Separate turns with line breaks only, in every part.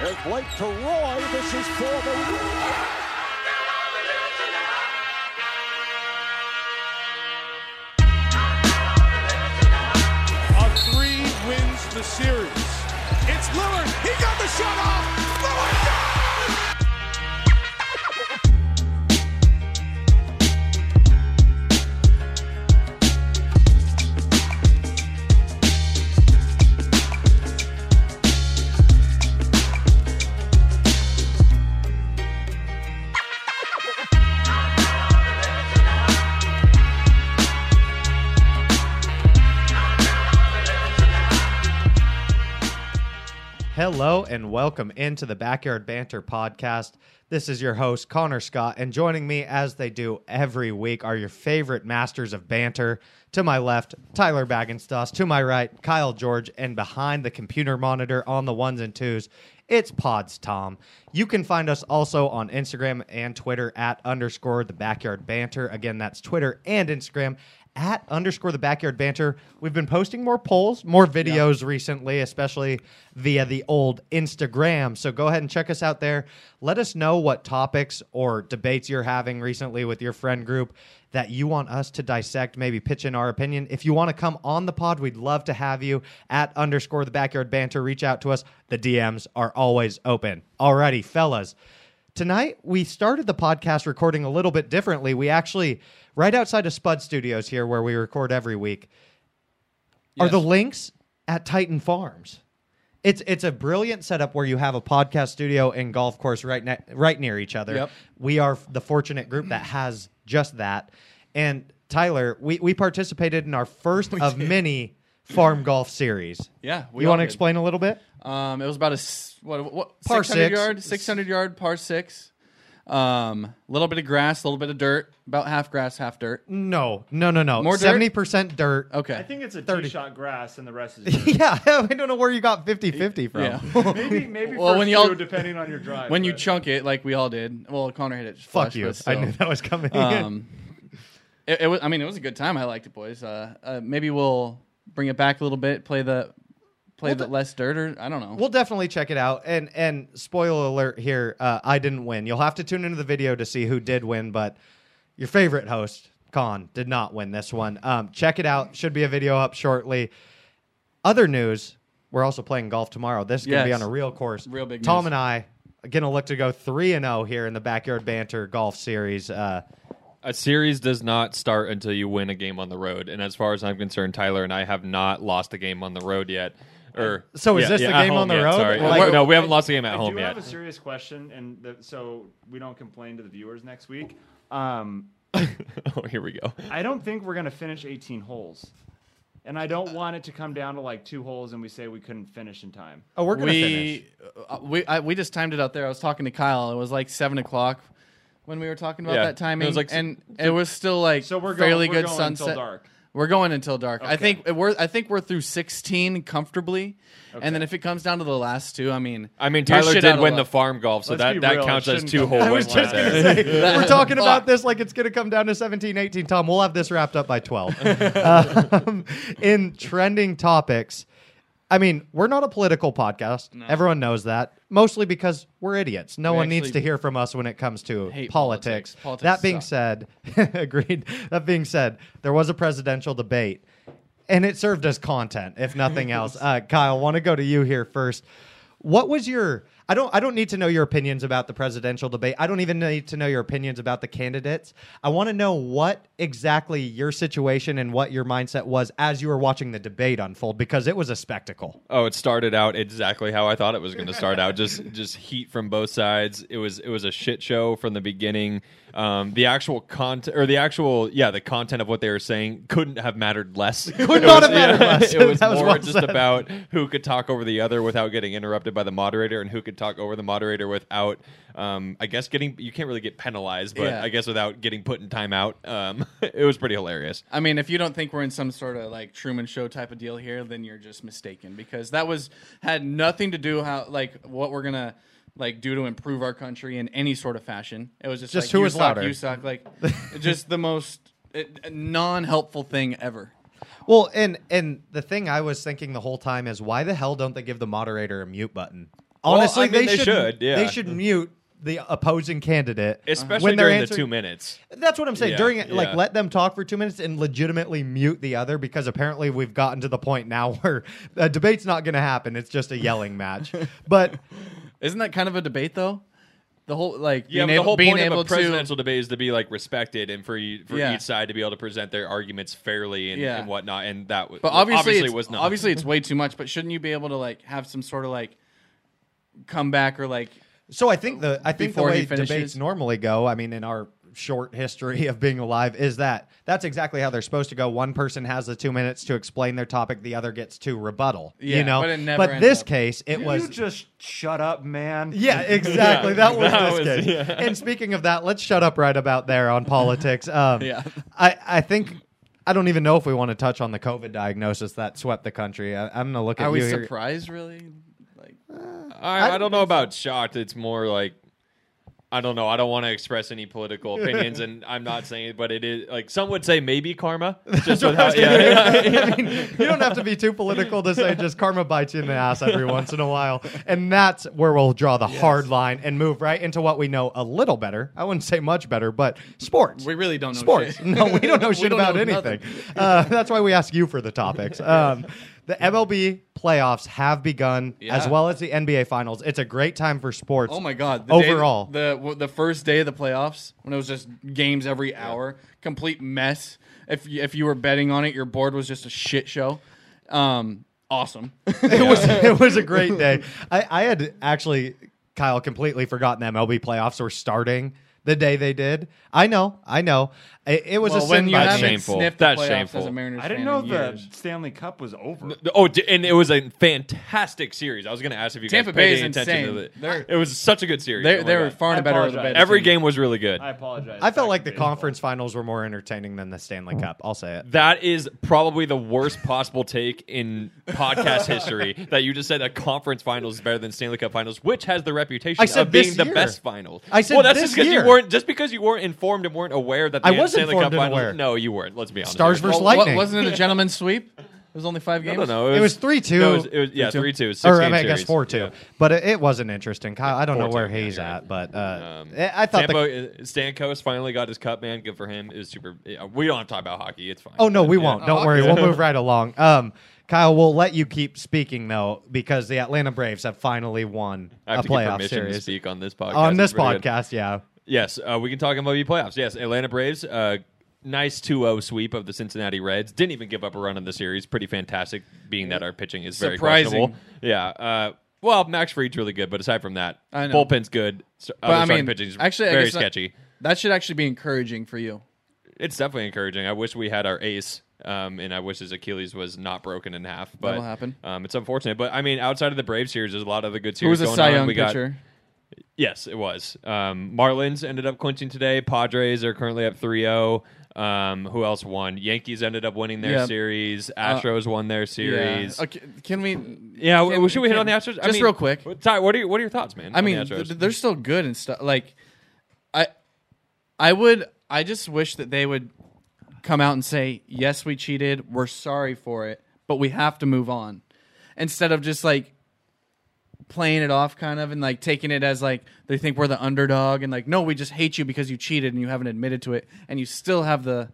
There's Blake to Roy. This is for the win.
A three wins the series. It's Lillard. He got the shot off. Lillard got it!
Hello and welcome into the Backyard Banter podcast. This is your host, Connor Scott, and joining me as they do every week are your favorite masters of banter. To my left, Tyler Bagginstoss. To my right, Kyle George. And behind the computer monitor on the ones and twos, it's Pods Tom. You can find us also on Instagram and Twitter at underscore the backyard banter. Again, that's Twitter and Instagram at underscore the backyard banter. We've been posting more polls, more videos recently, especially via the old Instagram. So go ahead and check us out there. Let us know what topics or debates you're having recently with your friend group that you want us to dissect, maybe pitch in our opinion. If you want to come on the pod, we'd love to have you at underscore the backyard banter. Reach out to us. The DMs are always open. Alrighty, fellas. Tonight, we started the podcast recording a little bit differently. We actually, right outside of Spud Studios here, where we record every week, are the links at Titan Farms. It's it's a brilliant setup where you have a podcast studio and golf course right ne- right near each other.
Yep.
We are f- the fortunate group that has just that. And Tyler, we, we participated in our first of many farm golf series.
Yeah, we
you
all
want to
did.
explain a little bit?
Um, it was about a s- what, what
Par
600
six.
yard, 600 yard par six. Um, little bit of grass, a little bit of dirt, about half grass, half dirt.
No, no, no, no.
More dirt?
Seventy percent dirt.
Okay.
Mm, I think it's a
30.
two shot grass and the rest is dirt.
yeah, I don't know where you got 50-50 from.
yeah.
maybe maybe
Well,
first
when y'all-
two, depending on your drive.
when you
but-
chunk it like we all did. Well, Connor hit it.
Fuck
flush,
you.
but
I
still.
knew that was coming.
Um, it, it was. I mean, it was a good time. I liked it, boys. Uh, uh, maybe we'll bring it back a little bit. Play the play the less dirt, or I don't know.
we'll definitely check it out. And and spoiler alert here, uh, I didn't win. You'll have to tune into the video to see who did win, but your favorite host, Khan, did not win this one. Um, check it out. Should be a video up shortly. Other news, we're also playing golf tomorrow. This is gonna be
Yes.
on a real course.
Real big
Tom
news.
and I are gonna look to go three and zero here in the backyard banter golf series. Uh,
A series does not start until you win a game on the road. And as far as I'm concerned, Tyler and I have not lost a game on the road yet. Or
So is this the
at
game on
home
the
yet,
road?
Sorry.
Well, like-
no, we haven't lost a game
I
at
do
home
have a
yet.
serious question, and the, so we don't complain to the viewers next week. Um,
oh, here we go.
I don't think we're gonna finish 18 holes, and I don't want it to come down to like two holes, and we say we couldn't finish in time.
oh, we're gonna finish.
we uh, we I, we just timed it out there. I was talking to Kyle. It was like seven o'cq. When we were talking about
Yeah.
that timing,
It was like s-
and it was still like
So we're going-
fairly
we're
good
going until
sunset.
dark.
We're going until dark. I
Okay.
think we're I think we're through sixteen comfortably, and then if it comes down to the last two, I mean,
I mean,
you're
Tyler
shit out
did
of
win the
luck.
farm golf, so
Let's be
that, that
real, it
counts as
shouldn't
two
come
hole
down. I
wins
was
right
just
there.
We're talking about
Fuck.
this like it's going to come down to 17, 18. Tom, we'll have this wrapped up by 12. um, in trending topics, I mean, we're not a political podcast. Everyone knows that, mostly because we're idiots. No
We
one needs to
actually
hear from us when it comes to
hate
politics.
politics. Politics
That being
suck.
said, agreed. That being said, there was a presidential debate, and it served as content, if nothing else. Uh, Kyle, want to go to you here first. What was your? I don't. I don't need to know your opinions about the presidential debate. I don't even need to know your opinions about the candidates. I want to know what exactly your situation and what your mindset was as you were watching the debate unfold because it was a spectacle.
Oh, it started out exactly how I thought it was going to start out. Just just heat from both sides. It was it was a shit show from the beginning. Um, the actual content or the actual yeah the content of what they were saying couldn't have mattered less. Could
not have mattered less.
it was
That was
more
well
just
said.
about who could talk over the other without getting interrupted by the moderator, and who could talk over the moderator without um, I guess getting you can't really get penalized, but
Yeah.
I guess without getting put in timeout. Um, it was pretty hilarious.
I mean, if you don't think we're in some sort of like Truman Show type of deal here, then you're just mistaken because that was had nothing to do how like what we're gonna like do to improve our country in any sort of fashion. It was just
Just
like,
who
you
was
suck,
louder.
You suck. Like just the most non helpful thing ever.
Well, and and the thing I was thinking the whole time is why the hell don't they give the moderator a mute button? Honestly,
I mean, they
should,
should, yeah.
They should mute the opposing candidate,
especially
Uh-huh. when they're
during
answering-
the two minutes.
That's what I'm saying.
Yeah,
During it, like
yeah.
let them talk for two minutes and legitimately mute the other because apparently we've gotten to the point now where a debate's not going to happen. It's just a yelling match. But
Isn't that kind of a debate though? The whole like being
Yeah, but the
able,
whole
being
point of
able
a
to
presidential debate is to be like respected and for you, for
Yeah.
each side to be able to present their arguments fairly and,
Yeah.
and whatnot. And that was
But obviously, it's,
was not
obviously it's way too much. But shouldn't you be able to like have some sort of like comeback or like
so I think the I think
Before
the
he
way debates
finishes.
normally go. I mean, in our short history of being alive, is that that's exactly how they're supposed to go. One person has the two minutes to explain their topic, the other gets to rebuttal.
Yeah,
you know,
but it never ends
this
up-
case, it
You
was
just shut up, man.
Yeah, exactly. that was
that
this
was-
case. And speaking of that, let's shut up right about there on politics. Um,
Yeah.
I, I think I don't even know if we want to touch on the COVID diagnosis that swept the country. I, I'm gonna look at
are
you
we
here.
surprised really? Like
I, I, don't know about shocked. It's more like I don't know. I don't want to express any political opinions, and I'm not saying it, but it is like some would say maybe karma. Just with how, yeah, yeah.
I mean, you don't have to be too political to say just karma bites you in the ass every once in a while. And that's where we'll draw the hard line and move right into what we know a little better. I wouldn't say much better, but sports.
we really don't know
sports.
shit.
No, we don't know
We
shit
don't
about
know
anything.
nothing.
Uh, that's why we ask you for the topics. Um, the MLB playoffs have begun,
Yeah.
as well as the NBA finals. It's a great time for sports.
Oh my god! day-
Overall.
the w- the first day of the playoffs when it was just games every hour, complete mess. If you, if you were betting on it, your board was just a shit show. Um, awesome.
it was it was a great day. I, I had actually Kyle completely forgotten the MLB playoffs were starting the day they did. I know, I know. It, it was a
well,
sin
when you
by
That's
haven't
me.
shameful.
sniffed the
That's
playoffs
shameful.
as a Mariners
I
fan
didn't know
in
the
years.
Stanley Cup was over.
Oh, d- and it was a fantastic series. I was going to ask if you
Tampa
guys paid
Bay is
any attention to
insane.
it.
They're-
it was such a good series.
They
Oh my
they were
God.
far
I
and better of the
apologize.
better.
Every
team.
game was really good.
I apologize.
I felt like the
Baseball.
conference finals were more entertaining than the Stanley Cup. I'll say it.
That is probably the worst possible take in podcast history that you just said a conference finals is better than Stanley Cup finals, which has the reputation
I said
of being
this
the
year.
best finals.
I said
well, that's
this
just because you
year.
weren't just because you weren't informed and weren't aware that the
I was
Stanley
informed
Cup
and
finals.
aware.
No, you weren't. Let's be honest.
Stars
here.
versus
Well, what-
Lightning.
wasn't it a gentleman's sweep? It was only five games.
I don't know.
It was three two.
no, it was, it was- yeah three two. Six
or I,
game
mean, I guess
series.
four two,
Yeah.
but it, it wasn't interesting. Kyle, I don't know where
4-2, yeah,
he's
you're right.
at, but uh,
Um,
I thought the
Tampa, uh, Stamkos finally got his cup, man. Good for him. It was super. yeah, we don't have to talk about hockey. It's fine.
Oh no,
But,
we
yeah.
won't. Don't worry. We'll move right along. Um, Kyle, we'll let you keep speaking though, because the Atlanta Braves have finally won
I have
a
to get
playoff
permission to
series
speak on this podcast.
on this
It's pretty good.
podcast. Yeah,
Yes, uh, we can talk MLB playoffs. Yes, Atlanta Braves, uh, nice 2-0 sweep of the Cincinnati Reds. Didn't even give up a run in the series. Pretty fantastic, being that our pitching is very
Surprising.
questionable. Yeah. Uh, well, Max Fried's really good, but aside from that,
I know.
bullpen's good. So,
But
other
I
starting
mean,
pitching's
actually, I
very
guess that-
sketchy.
That should actually be encouraging for you.
It's definitely encouraging. I wish we had our ace, um, and I wish his Achilles was not broken in half. But
That'll happen.
Um, it's unfortunate, but I mean, outside of the Braves series, there's a lot of the good
Who was
series
a
going
Cy
on.
Young
we got
pitcher?
Yes, it was. Um, Marlins ended up clinching today. Padres are currently up 3 0. Um, who else won? Yankees ended up winning their
Yeah. Uh,
series. Astros won their series.
Yeah. Okay, can we?
Yeah, w-
can-
should we hit
can-
on the Astros?
Just real quick.
what- Ty, what are your, what are your thoughts, man?
I
on the
mean,
Astros?
th- they're still good and stuff. Like, I, I would, I just wish that they would come out and say, "Yes, we cheated. We're sorry for it, but we have to move on," instead of just like playing it off, kind of, and like taking it as like they think we're the underdog, and like, no, we just hate you because you cheated and you haven't admitted to it, and you still have the,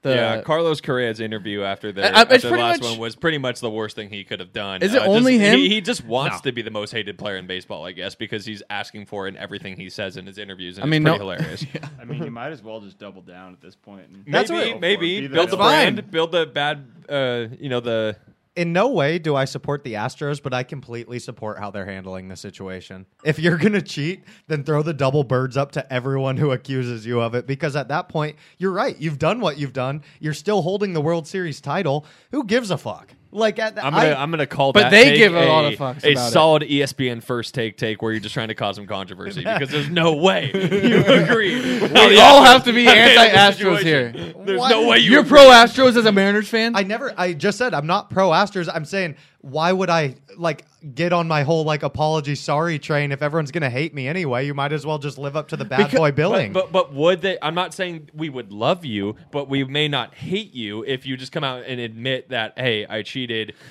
the.
yeah, Carlos Correa's interview after their,
uh, I- I- it's
after the
pretty
last
much-
one was pretty much the worst thing he could have done. Uh,
Is it
just-
only him?
He, he just wants to be the most hated player in baseball, I guess, because he's asking for it in everything he says in his interviews. And
I mean,
it's pretty
no-
hilarious.
I mean, you might as well just double down at this point. and-
That's
maybe,
what-
maybe
Be the
build the
villain.
brand, build the bad, uh, you know, the
in no way do I support the Astros, but I completely support how they're handling the situation. If you're gonna cheat, then throw the double birds up to everyone who accuses you of it, because at that point, you're right. You've done what you've done. You're still holding the World Series title. Who gives a fuck? Like at the,
I'm gonna
I-
I, am gonna call
But
that.
they
take
give a lot of fucks
A
about it.
solid E ESPN first take take where you're just trying to cause some controversy because there's no way you agree.
we
We
all have to be anti-Astros here.
There's
What?
no way you
You're
agree.
pro Astros as a Mariners fan.
I never. I just said I'm not pro Astros. I'm saying why would I like get on my whole like apology sorry train if everyone's gonna hate me anyway? You might as well just live up to the bad boy billing.
But, but but would they? I'm not saying we would love you, but we may not hate you if you just come out and admit that hey, I cheated.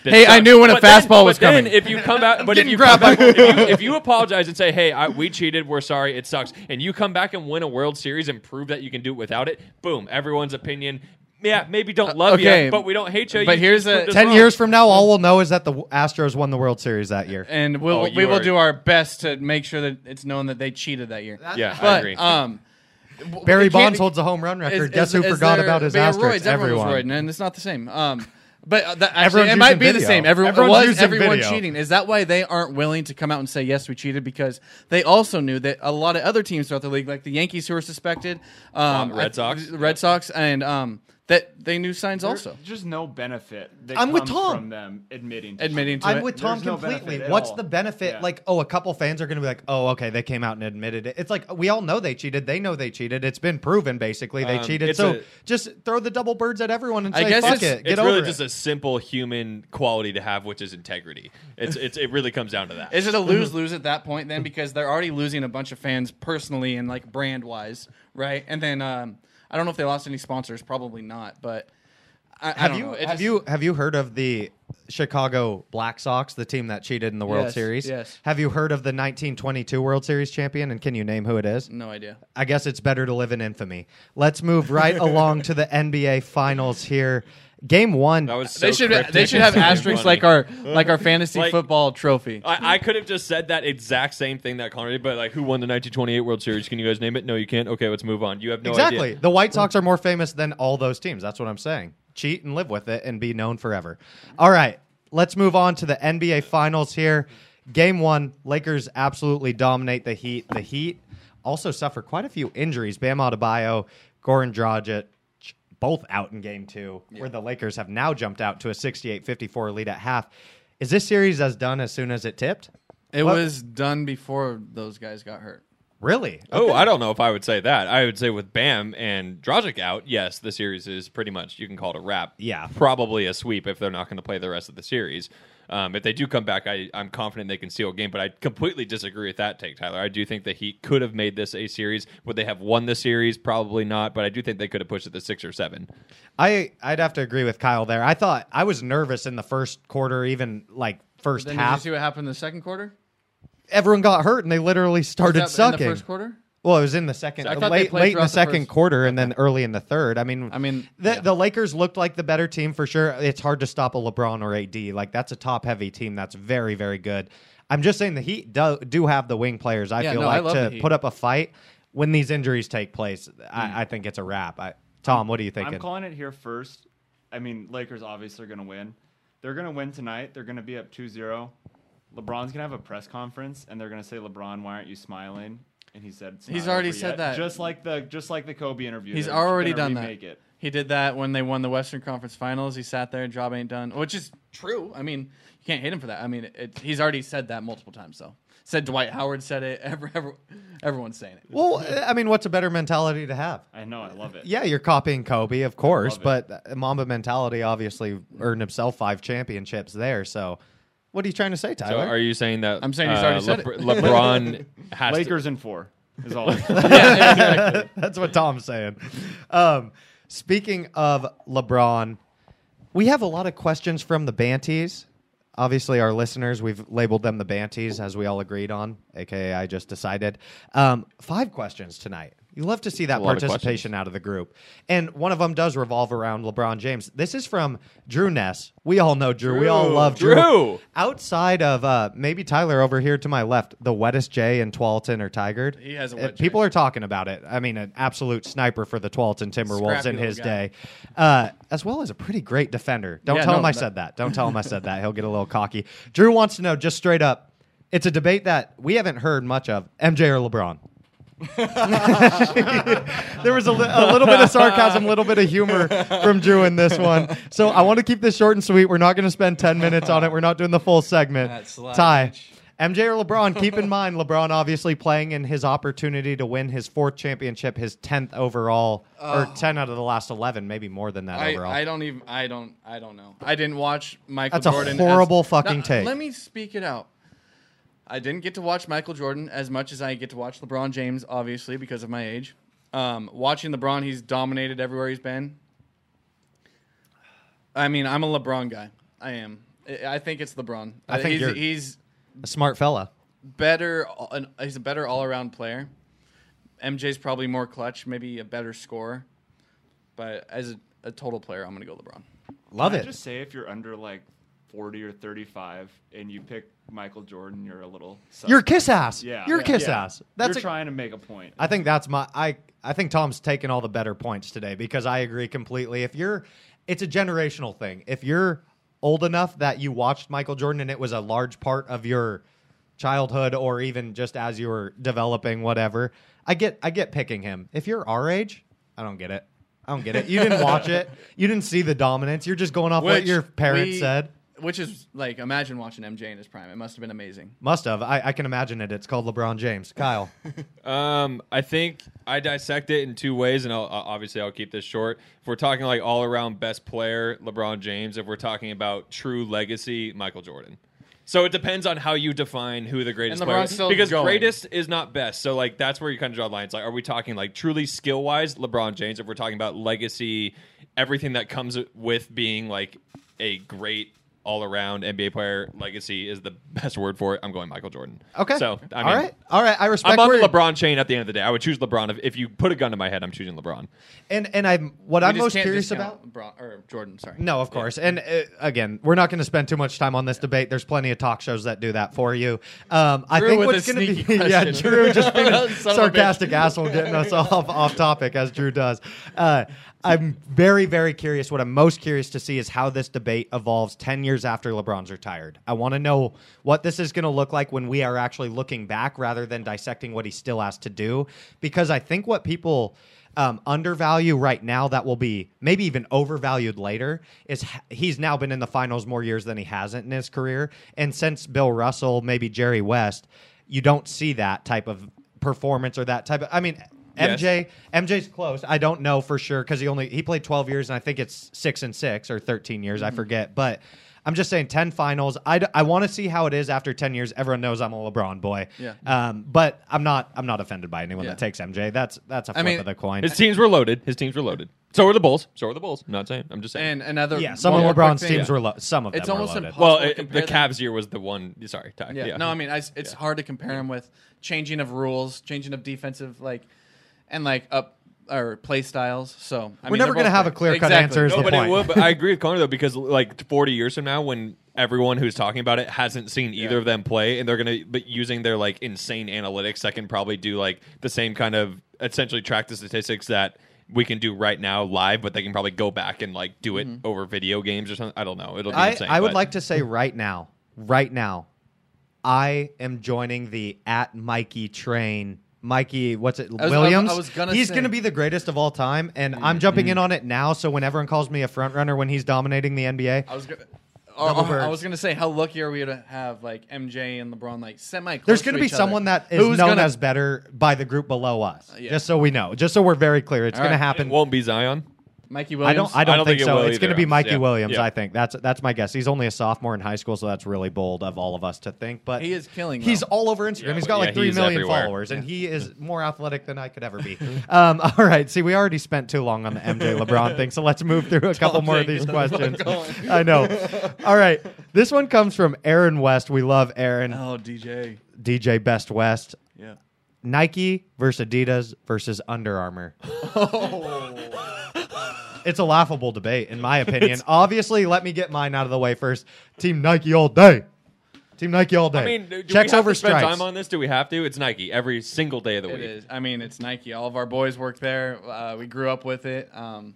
This
Hey, I
sucks.
knew when a
But then-
fastball was
but then
coming.
if you come out, but if
getting
you, come
grabbed
back, if, you, if you apologize and say hey, I, we cheated, we're sorry, it sucks, and you come back and win a World Series and prove that you can do it without it, boom, everyone's opinion. Yeah, maybe don't love
okay.
you, but we don't hate you.
But
You
here's
just
a-
proved us
Ten
wrong.
years from now, all we'll know is that the Astros won the World Series that year.
and we'll
Oh,
we
you
will
are-
do our best to make sure that it's known that they cheated that year.
Yeah, I
but
agree.
um, w-
Barry
it can't- e
Bonds holds a home run record.
is-
Guess
is-
who
is
forgot
there-
about his
but you're
Astros?
roided, everyone was
Everyone.
roided, and it's not the same. Um, but uh, that, actually,
Everyone's
it might
using
be the
video.
same. Everyone, it
Everyone's
was
using
everyone
video.
cheating. Is that why they aren't willing to come out and say yes, we cheated? Because they also knew that a lot of other teams throughout the league, like the Yankees, who were suspected, um,
Um, Red
I-
Sox.
the Red Sox, and um, that they knew signs also
There's just no benefit that
I'm with
comes
Tom.
from them admitting to
admitting to
I'm
it.
with Tom
There's no benefit
completely.
at
What's
all.
the benefit?
Yeah.
Like, oh, a couple fans are going to be like, oh, okay, they came out and admitted it. It's like we all know they cheated. They know they cheated. It's been proven basically they
Um,
cheated.
it's
So
a-
just throw the double birds at everyone and
I
say,
guess
fuck
it's-
it, get
it's
over
really
it.
just a simple human quality to have, which is integrity. It's, it's it really comes down to that.
Is it a lose lose at that point then? Because they're already losing a bunch of fans personally and like brand wise, right? And then um, I don't know if they lost any sponsors. Probably not. But I, I
have
don't
you
know. It
have
just-
you have you heard of the Chicago Black Sox, the team that cheated in the World
Yes,
Series?
yes.
Have you heard of the 1922 World Series champion? And can you name who it is?
No idea.
I guess it's better to live in infamy. Let's move right along to the NBA Finals here. Game one.
That was so
They should
cryptic
they should
and
have
so
asterisks
funny.
like our like our fantasy
Like- uh,
football trophy.
I, I could have just said that exact same thing that Connor did, but like, who won the 1928 World Series? Can you guys name it? No, you can't. Okay, let's move on. You have no
exactly.
idea.
The White Sox are more famous than all those teams. That's what I'm saying. Cheat and live with it and be known forever. All right. Let's move on to the NBA Finals here. Game one, Lakers absolutely dominate the Heat. The Heat also suffer quite a few injuries. Bam Adebayo, Goran Dragic, both out in game two, where the Lakers have now jumped out to a 68-54 lead at half. Is this series as done as soon as it tipped?
It
What-
was done before those guys got hurt.
Really?
Oh, I don't know if I would say that. I would say with Bam and Dragic out, yes, the series is pretty much you can call it a wrap.
Yeah.
probably a sweep if they're not going to play the rest of the series. Um, if they do come back, I, I'm confident they can seal a game. But I completely disagree with that take, Tyler. I do think the Heat could have made this a series. Would they have won the series? Probably not. But I do think they could have pushed it to six or seven.
I I'd have to agree with Kyle there. I thought I was nervous in the first quarter, even like first
Then did you
half.
see what happened in the second quarter?
Everyone got hurt and they literally
Was
started
that
sucking.
in the first quarter?
Well, it was in the second,
I thought they
late,
played
late in the
throughout the
second
first.
quarter, and then early in the third. I mean,
I mean,
the,
yeah.
the Lakers looked like the better team for sure. It's hard to stop a LeBron or AD. Like that's a top heavy team. That's very very good. I'm just saying the Heat do, do have the wing players. I
Yeah,
feel
no, I
like
love the
to
Heat. Hmm.
put up a fight when these injuries take place. I, I think it's a wrap. I, Tom, what are you thinking?
I'm calling it here first. I mean, Lakers obviously are going to win. They're going to win tonight. They're going to be up 2-0. LeBron's going to have a press conference and they're going to say, "LeBron, why aren't you smiling?" And he said, "Smile
He's already
over
said
yet."
that.
Just like the just like the Kobe interview.
He's
They're
already
gonna
done that.
remake it.
He did that when they won the Western Conference Finals. He sat there, job ain't done, which is true. I mean, you can't hate him for that. I mean, it, he's already said that multiple times, though. Said Dwight Howard said it. Every, every, everyone's saying it.
well, I mean, what's a better mentality to have?
I know, I love it.
Yeah, you're copying Kobe, of course,
it.
but uh, Mamba mentality obviously earned himself five championships there. So, what are you trying to say,
So
Tyler?
are you saying that uh,
I'm saying he's already said it.
LeBron has to-
Lakers in 4 is all. I-
That's what Tom's saying. Um, speaking of LeBron, we have a lot of questions from the Banties. Obviously, our listeners, we've labeled them the Banties, as we all agreed on, aka I just decided. Um, five questions tonight. You love to see that
lot of
participation out of the group. And one of them does revolve around LeBron James. This is from Drew Ness. We all know Drew. We all
Drew.
love Drew.
Drew.
Outside of uh, maybe Tyler over here to my left, the wettest Jay in Twalton or Tigard.
He has a
Uh,
wet J.
People are talking about it. I mean, an absolute sniper for the Twalton Timberwolves
Scrappy
in his
little guy.
day, uh, as well as a pretty great defender. Don't
Yeah,
tell
no,
him I
that-
said that. Don't tell him I said that. He'll get a little cocky. Drew wants to know just straight up. It's a debate that we haven't heard much of. MJ or LeBron? there was a, li- a little bit of sarcasm, a little bit of humor from Drew in this one. So I want to keep this short and sweet. We're not going to spend 10 minutes on it. We're not doing the full segment.
That slide.
Ty, MJ or LeBron, keep in mind LeBron obviously playing in his opportunity to win his fourth championship, his 10th overall, or 10 out of the last 11, maybe more than that
Oh. I,
overall.
I don't even. I don't. I don't know. I didn't watch Michael.
That's a
Jordan
horrible
as,
fucking
No,
take.
Let me speak it out. I didn't get to watch Michael Jordan as much as I get to watch LeBron James, obviously because of my age. Um, watching LeBron, he's dominated everywhere he's been. I mean, I'm a LeBron guy. I am. I I think it's LeBron.
I think
he's,
you're-
he's
a smart fella.
better. an- He's a better all around player. MJ's probably more clutch, maybe a better scorer, but as a, a total player, I'm gonna go LeBron.
Love
Can I
it.
just say if you're under like 40 or 35 and you pick Michael Jordan, you're a little. sus.
You're a kiss ass.
Yeah.
You're a
Yeah.
kiss
Yeah.
ass. That's
you're
a,
trying to make a point.
I think that's my I I think Tom's taken all the better points today because I agree completely. If you're it's a generational thing. If you're old enough that you watched Michael Jordan and it was a large part of your childhood or even just as you were developing whatever, I get I get picking him. If you're our age, I don't get it. I don't get it. You didn't watch it. You didn't see the dominance. You're just going off what
Which
your parents
we-
said.
Which is like, imagine watching MJ in his prime. It must have been amazing.
Must have. I, I can imagine it. It's called LeBron James. Kyle.
Um, I think I dissect it in two ways, and I'll, I'll- obviously I'll keep this short. If we're talking like all around best player, LeBron James. If we're talking about true legacy, Michael Jordan. So it depends on how you define who the greatest
And
player
LeBron's
is.
still
Because
going.
greatest is not best. So like that's where you kind of draw the lines. Like, are we talking like truly skill wise, LeBron James? If we're talking about legacy, everything that comes with being like a great all around NBA player, legacy is the best word for it. I'm going Michael Jordan.
Okay.
So I mean,
all right. All right. I respect
I'm on
where
the
you're-
LeBron chain at the end of the day. I would choose LeBron. If, if you put a gun to my head, I'm choosing LeBron.
And and I'm what
We
I'm
just
most
can't
curious
discount
about.
LeBron, or Jordan. Sorry.
No, of course. And uh, again, we're not going to spend too much time on this debate. There's plenty of talk shows that do that for you. Um, I
Drew
think
with
what's
his
going to be
sneaky
yeah,
question.
Drew just being a
Son of a
sarcastic asshole getting us off off topic as Drew does. Uh, I'm very very curious. What I'm most curious to see is how this debate evolves ten years after LeBron's retired. I want to know what this is going to look like when we are actually looking back rather than dissecting what he still has to do, because I think what people um, undervalue right now that will be maybe even overvalued later is h- he's now been in the finals more years than he hasn't in his career. And since Bill Russell, maybe Jerry West, you don't see that type of performance or that type of. I mean,
Yes.
MJ, MJ's close. I don't know for sure because he only he played twelve years, and I think it's six and six or thirteen years.
Mm-hmm.
I forget, but. I'm just saying, ten finals. I, d- I want to see how it is after ten years. Everyone knows I'm a LeBron boy,
Yeah.
Um, but I'm not I'm not offended by anyone
Yeah.
that takes MJ. That's that's a flip
I mean,
of the coin.
His teams were loaded. His teams were loaded. So were the Bulls. So were the Bulls. I'm not saying. I'm just saying.
And another.
Yeah, some
one more
of LeBron's
quick thing.
teams were low. Some of them
It's
were
almost
loaded.
impossible.
well,
Possible to
it, the
compare them.
Cavs year was the one. Sorry, Ty.
Yeah.
Yeah.
No, I mean, I, it's hard to compare him with changing of rules, changing of defensive, like, and like up or play styles. So I
We're never
going
gonna
to
have a clear-cut answer is
No,
the
but it
point.
will. But I agree with Connor though, because like 40 years from now, when everyone who's talking about it hasn't seen either
Yeah.
of them play, and they're gonna but using their like insane analytics that can probably do like the same kind of essentially track the statistics that we can do right now live, but they can probably go back and like do it
Mm-hmm.
over video games or something. I don't know. It'll be
I,
insane.
I would
but-
like to say right now, right now, I am joining the at Mikey train. Mikey, what's it?
was-
Williams.
I was gonna
he's
say- Mm-hmm.
going to be the greatest of all time, and I'm jumping in on it now. So when everyone calls me a front runner when he's dominating the NBA,
I was going. to
Double
I
birds.
was gonna say, how lucky are we to have like MJ and LeBron like semi?
there's going to be someone that is known as better by the group below us.
yeah.
Just so we know, just so we're very clear, it's
All
going
right.
to happen.
It won't be Zion.
Mikey
I
Williams.
don't. I don't, think,
it
so.
will
It's going to
either,
be
honestly.
Mikey
Yeah.
Williams.
Yeah.
I think that's that's my guess. He's only a sophomore in high school, so that's really bold of all of us to think. But
He is killing,
He's
though.
all over Instagram.
Yeah,
he's got
yeah,
like three
he's
million
everywhere.
followers, and he is more athletic than I could ever be. um, all right. See, we already spent too long on the MJ LeBron thing, so let's move through a couple more of
Jake,
these
get the
questions.
fuck going.
I know. All right. This one comes from Aaron West. We love Aaron.
Oh, DJ.
DJ Best West.
Yeah.
Nike versus Adidas versus Under Armour.
Oh.
It's a laughable debate, in my opinion. Obviously, let me get mine out of the way first. Team Nike all day. Team Nike all day.
I mean, do
checks
we have
over
to spend
stripes.
time on this? Do we have to? It's Nike every single day of the
It
week.
is. I mean, it's Nike. All of our boys work there. Uh, we grew up with it. Um,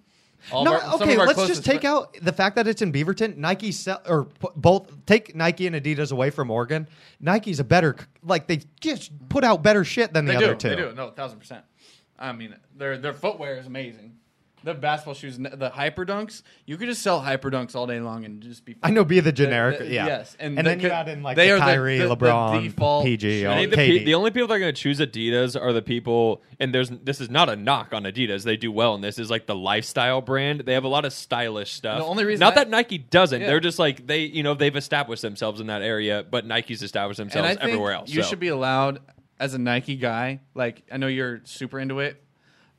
all
no,
of our, some
okay,
of our
let's
closest
just take
fri-
out the fact that it's in Beaverton. Nike sell or p- both take Nike and Adidas away from Oregon. Nike's a better c- like they just put out better shit than the
They
other
do.
two.
They do. No, thousand percent. I mean, their their footwear is amazing. the basketball shoes, n- the hyper dunks. You could just sell hyper dunks all day long and just be.
I know be the generic,
the-
yeah.
yes, and
and,
the-
then you add in like
they
the
are the-
Kyrie,
the- the
LeBron,
default
PG,
shoe.
all,
I
I think the,
KD.
pe- the only people that are going to choose Adidas are the people, and there's this is not a knock on Adidas. They do well in this. Is like the lifestyle brand. They have a lot of stylish stuff.
The only reason
not
I-
that Nike doesn't.
Yeah.
They're just like they, you know, they've established themselves in that area, but Nike's established
and
themselves
I think
everywhere else.
You
so.
should be allowed as a Nike guy. Like I know you're super into it.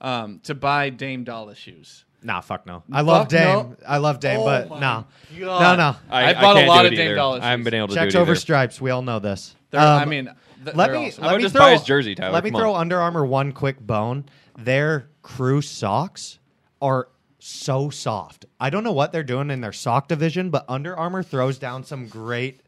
Um, to buy Dame Dollar shoes.
nah, fuck no. I love
Fuck
Dame.
no.
I love Dame,
Oh
but
my
no,
God.
no, no.
I,
I bought a
can't
lot
do
of
it
Dame
either.
Dollar
I haven't
shoes.
been able to
Checks
do it
over
either.
stripes. We all know this.
They're, I
Um,
mean, th-
let
they're
me
awesome.
I
let
would
me
just
throw
buy his jersey, Tyler,
Let me
come on.
throw Under Armour one quick bone. Their crew socks are so soft. I don't know what they're doing in their sock division, but Under Armour throws down some great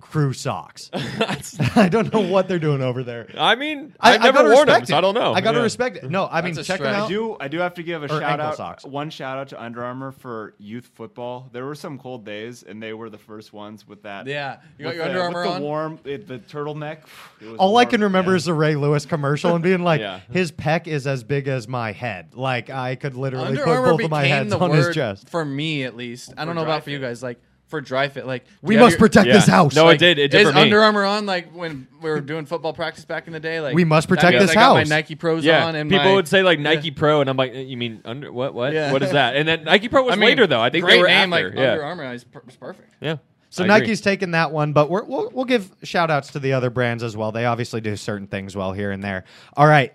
crew socks. I don't know what they're doing over there.
I mean, I, have never
gotta
worn them,
respect
so
it.
I don't know.
I gotta
Yeah.
respect it. No, I mean
That's a
check them
stretch.
I
out.
do I do have to give a
Or
shout
ankle
out
socks.
one shout out to Under Armour for youth football. There were some cold days and they were the first ones with that.
Yeah. You got
with
your
the,
Under Armour
with the
on?
warm it, the turtleneck. It was
All I
warm.
can remember
Yeah.
is the Ray Lewis commercial and being like,
Yeah.
his pec is as big as my head. Like I could literally
Under
put
Armour
both of my
became
heads
the
on
word
his chest.
for me, at least. I don't
For
know
dry
about for you
fit.
guys. Like for dry fit, like
We
do you have
must
your-
protect
Yeah.
this house.
No,
Like,
it did. It did
Is
for me.
Under Armour on like when we were doing football practice back in the day? Like
We must
that
protect
means
this
I got
house.
My Nike Pros
yeah,
on, and
people
my-
would say like
Yeah.
Nike Pro, and I'm like, you mean under what? What?
Yeah.
What is that? And then Nike Pro was
I mean,
later though. I think
great
they were
name,
after.
like
yeah.
Under Armour is per- is perfect.
Yeah.
So
I agree.
Nike's taking that one, but we're, we'll we'll give shout outs to the other brands as well. They obviously do certain things well here and there. All right,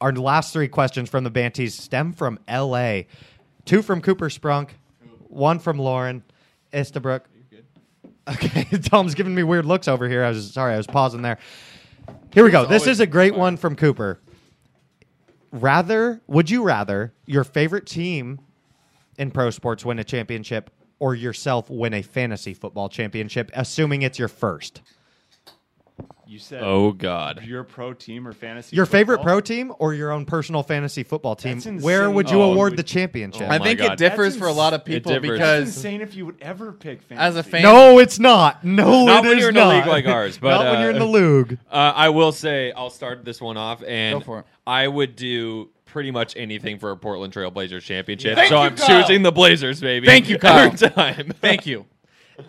our last three questions from the Banties stem from L.A. Two from Cooper Sprunk, one from Lauren Estabrook. Okay, Tom's giving me weird looks over here. I was sorry, I was pausing there. Here we go. This
always
is a great one from Cooper. Rather, would you rather your favorite team in pro sports win a championship or yourself win a fantasy football championship, assuming it's your first?
You said
Oh God.
your pro team or fantasy.
Your favorite
football?
pro team or your own personal fantasy football team?
That's
Where
insane.
would you
Oh,
award
we-
the championship?
Oh
I
my
think
God.
it differs
That's
for a lot of
ins- it
people
differs.
That's
because
insane if you would ever pick
as
fantasy.
a fan,
no, it's not. No,
Not
it
when
is
you're in a
not.
league like ours, but,
not when
uh,
you're in the league.
Uh, I will say I'll start this one off, and
Go for it.
I would do pretty much anything for a Portland Trail Blazers championship.
Thank
so
you,
I'm
Kyle.
choosing the Blazers, baby.
Thank you, Kyle.
Every time.
thank you.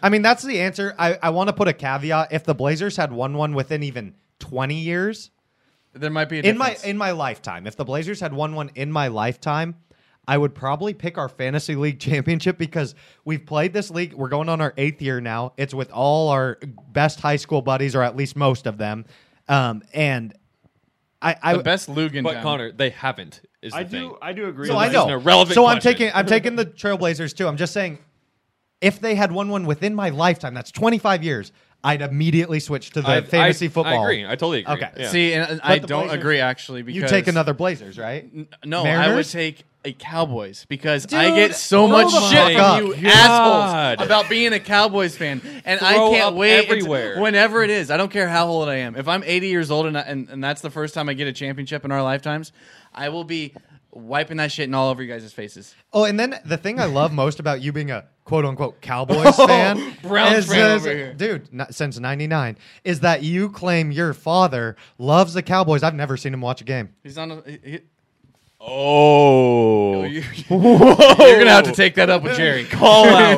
I mean, that's the answer. I, I want to put a caveat. If the Blazers had won one within even 20 years
There might be a
in my
difference.
in my lifetime, if the Blazers had won one in my lifetime, I would probably pick our fantasy league championship because we've played this league. We're going on our eighth year now. It's with all our best high school buddies, or at least most of them. Um, and I, I
the best Lugan.
But
time.
Connor, they haven't. Is the
I
thing.
do I do agree.
so
with
I
that.
know.
an irrelevant
so I'm
question.
taking I'm taking the Trailblazers too. I'm just saying, if they had won one within my lifetime, that's 25 years. I'd immediately switch to the
I-
fantasy
I-
football.
I agree. I totally agree.
Okay.
Yeah.
see, and I
the
don't
Blazers-
agree actually because
You take another Blazers, right?
N- No, I would
Mariners?
take a Cowboys because I
Dude,
get so
throw
much
the
shit
fuck
from
up.
you
God.
assholes about being a Cowboys fan, and I
Throw
can't
up
wait until-
everywhere.
whenever it is. I don't care how old I am. If I'm 80 years old and, I, and and that's the first time I get a championship in our lifetimes, I will be wiping that shit in all over you guys' faces.
Oh, and then the thing I love most about you being a quote unquote Cowboys fan,
Browns
is,
fan
is-
over here.
dude, not, since '99, is that you claim your father loves the Cowboys. I've never seen him watch a game.
He's on. A, he- he-
Oh.
you, are gonna have to take that up with Jerry.
Call out,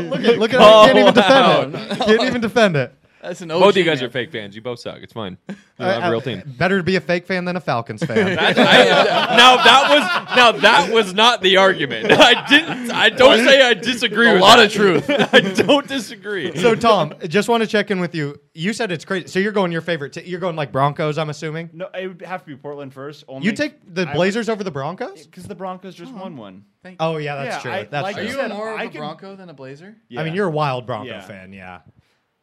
Look at, look at him, he can't even defend it. Can't even defend it.
That's an OG
both of you guys
man.
are fake fans. You both suck. It's fine. You
I-
have a
I-
real team.
Better to be a fake fan than a Falcons fan.
I- I- now that was now that was not the argument. I didn't. I don't say I disagree.
A
with
lot
that.
of truth.
I don't disagree.
so Tom, just want to check in with you. You said it's crazy. So you're going your favorite. T- you're going like Broncos. I'm assuming.
No, it would have to be Portland first. Only
You take the Blazers over the Broncos?
because the Broncos just won one.
Thank
Oh yeah, that's
Yeah,
true.
I-
that's
Are
like
true.
I
you
said,
more of
I
a
can-
Bronco than a Blazer?
Yeah.
I mean, you're a wild Bronco
Yeah.
fan, yeah.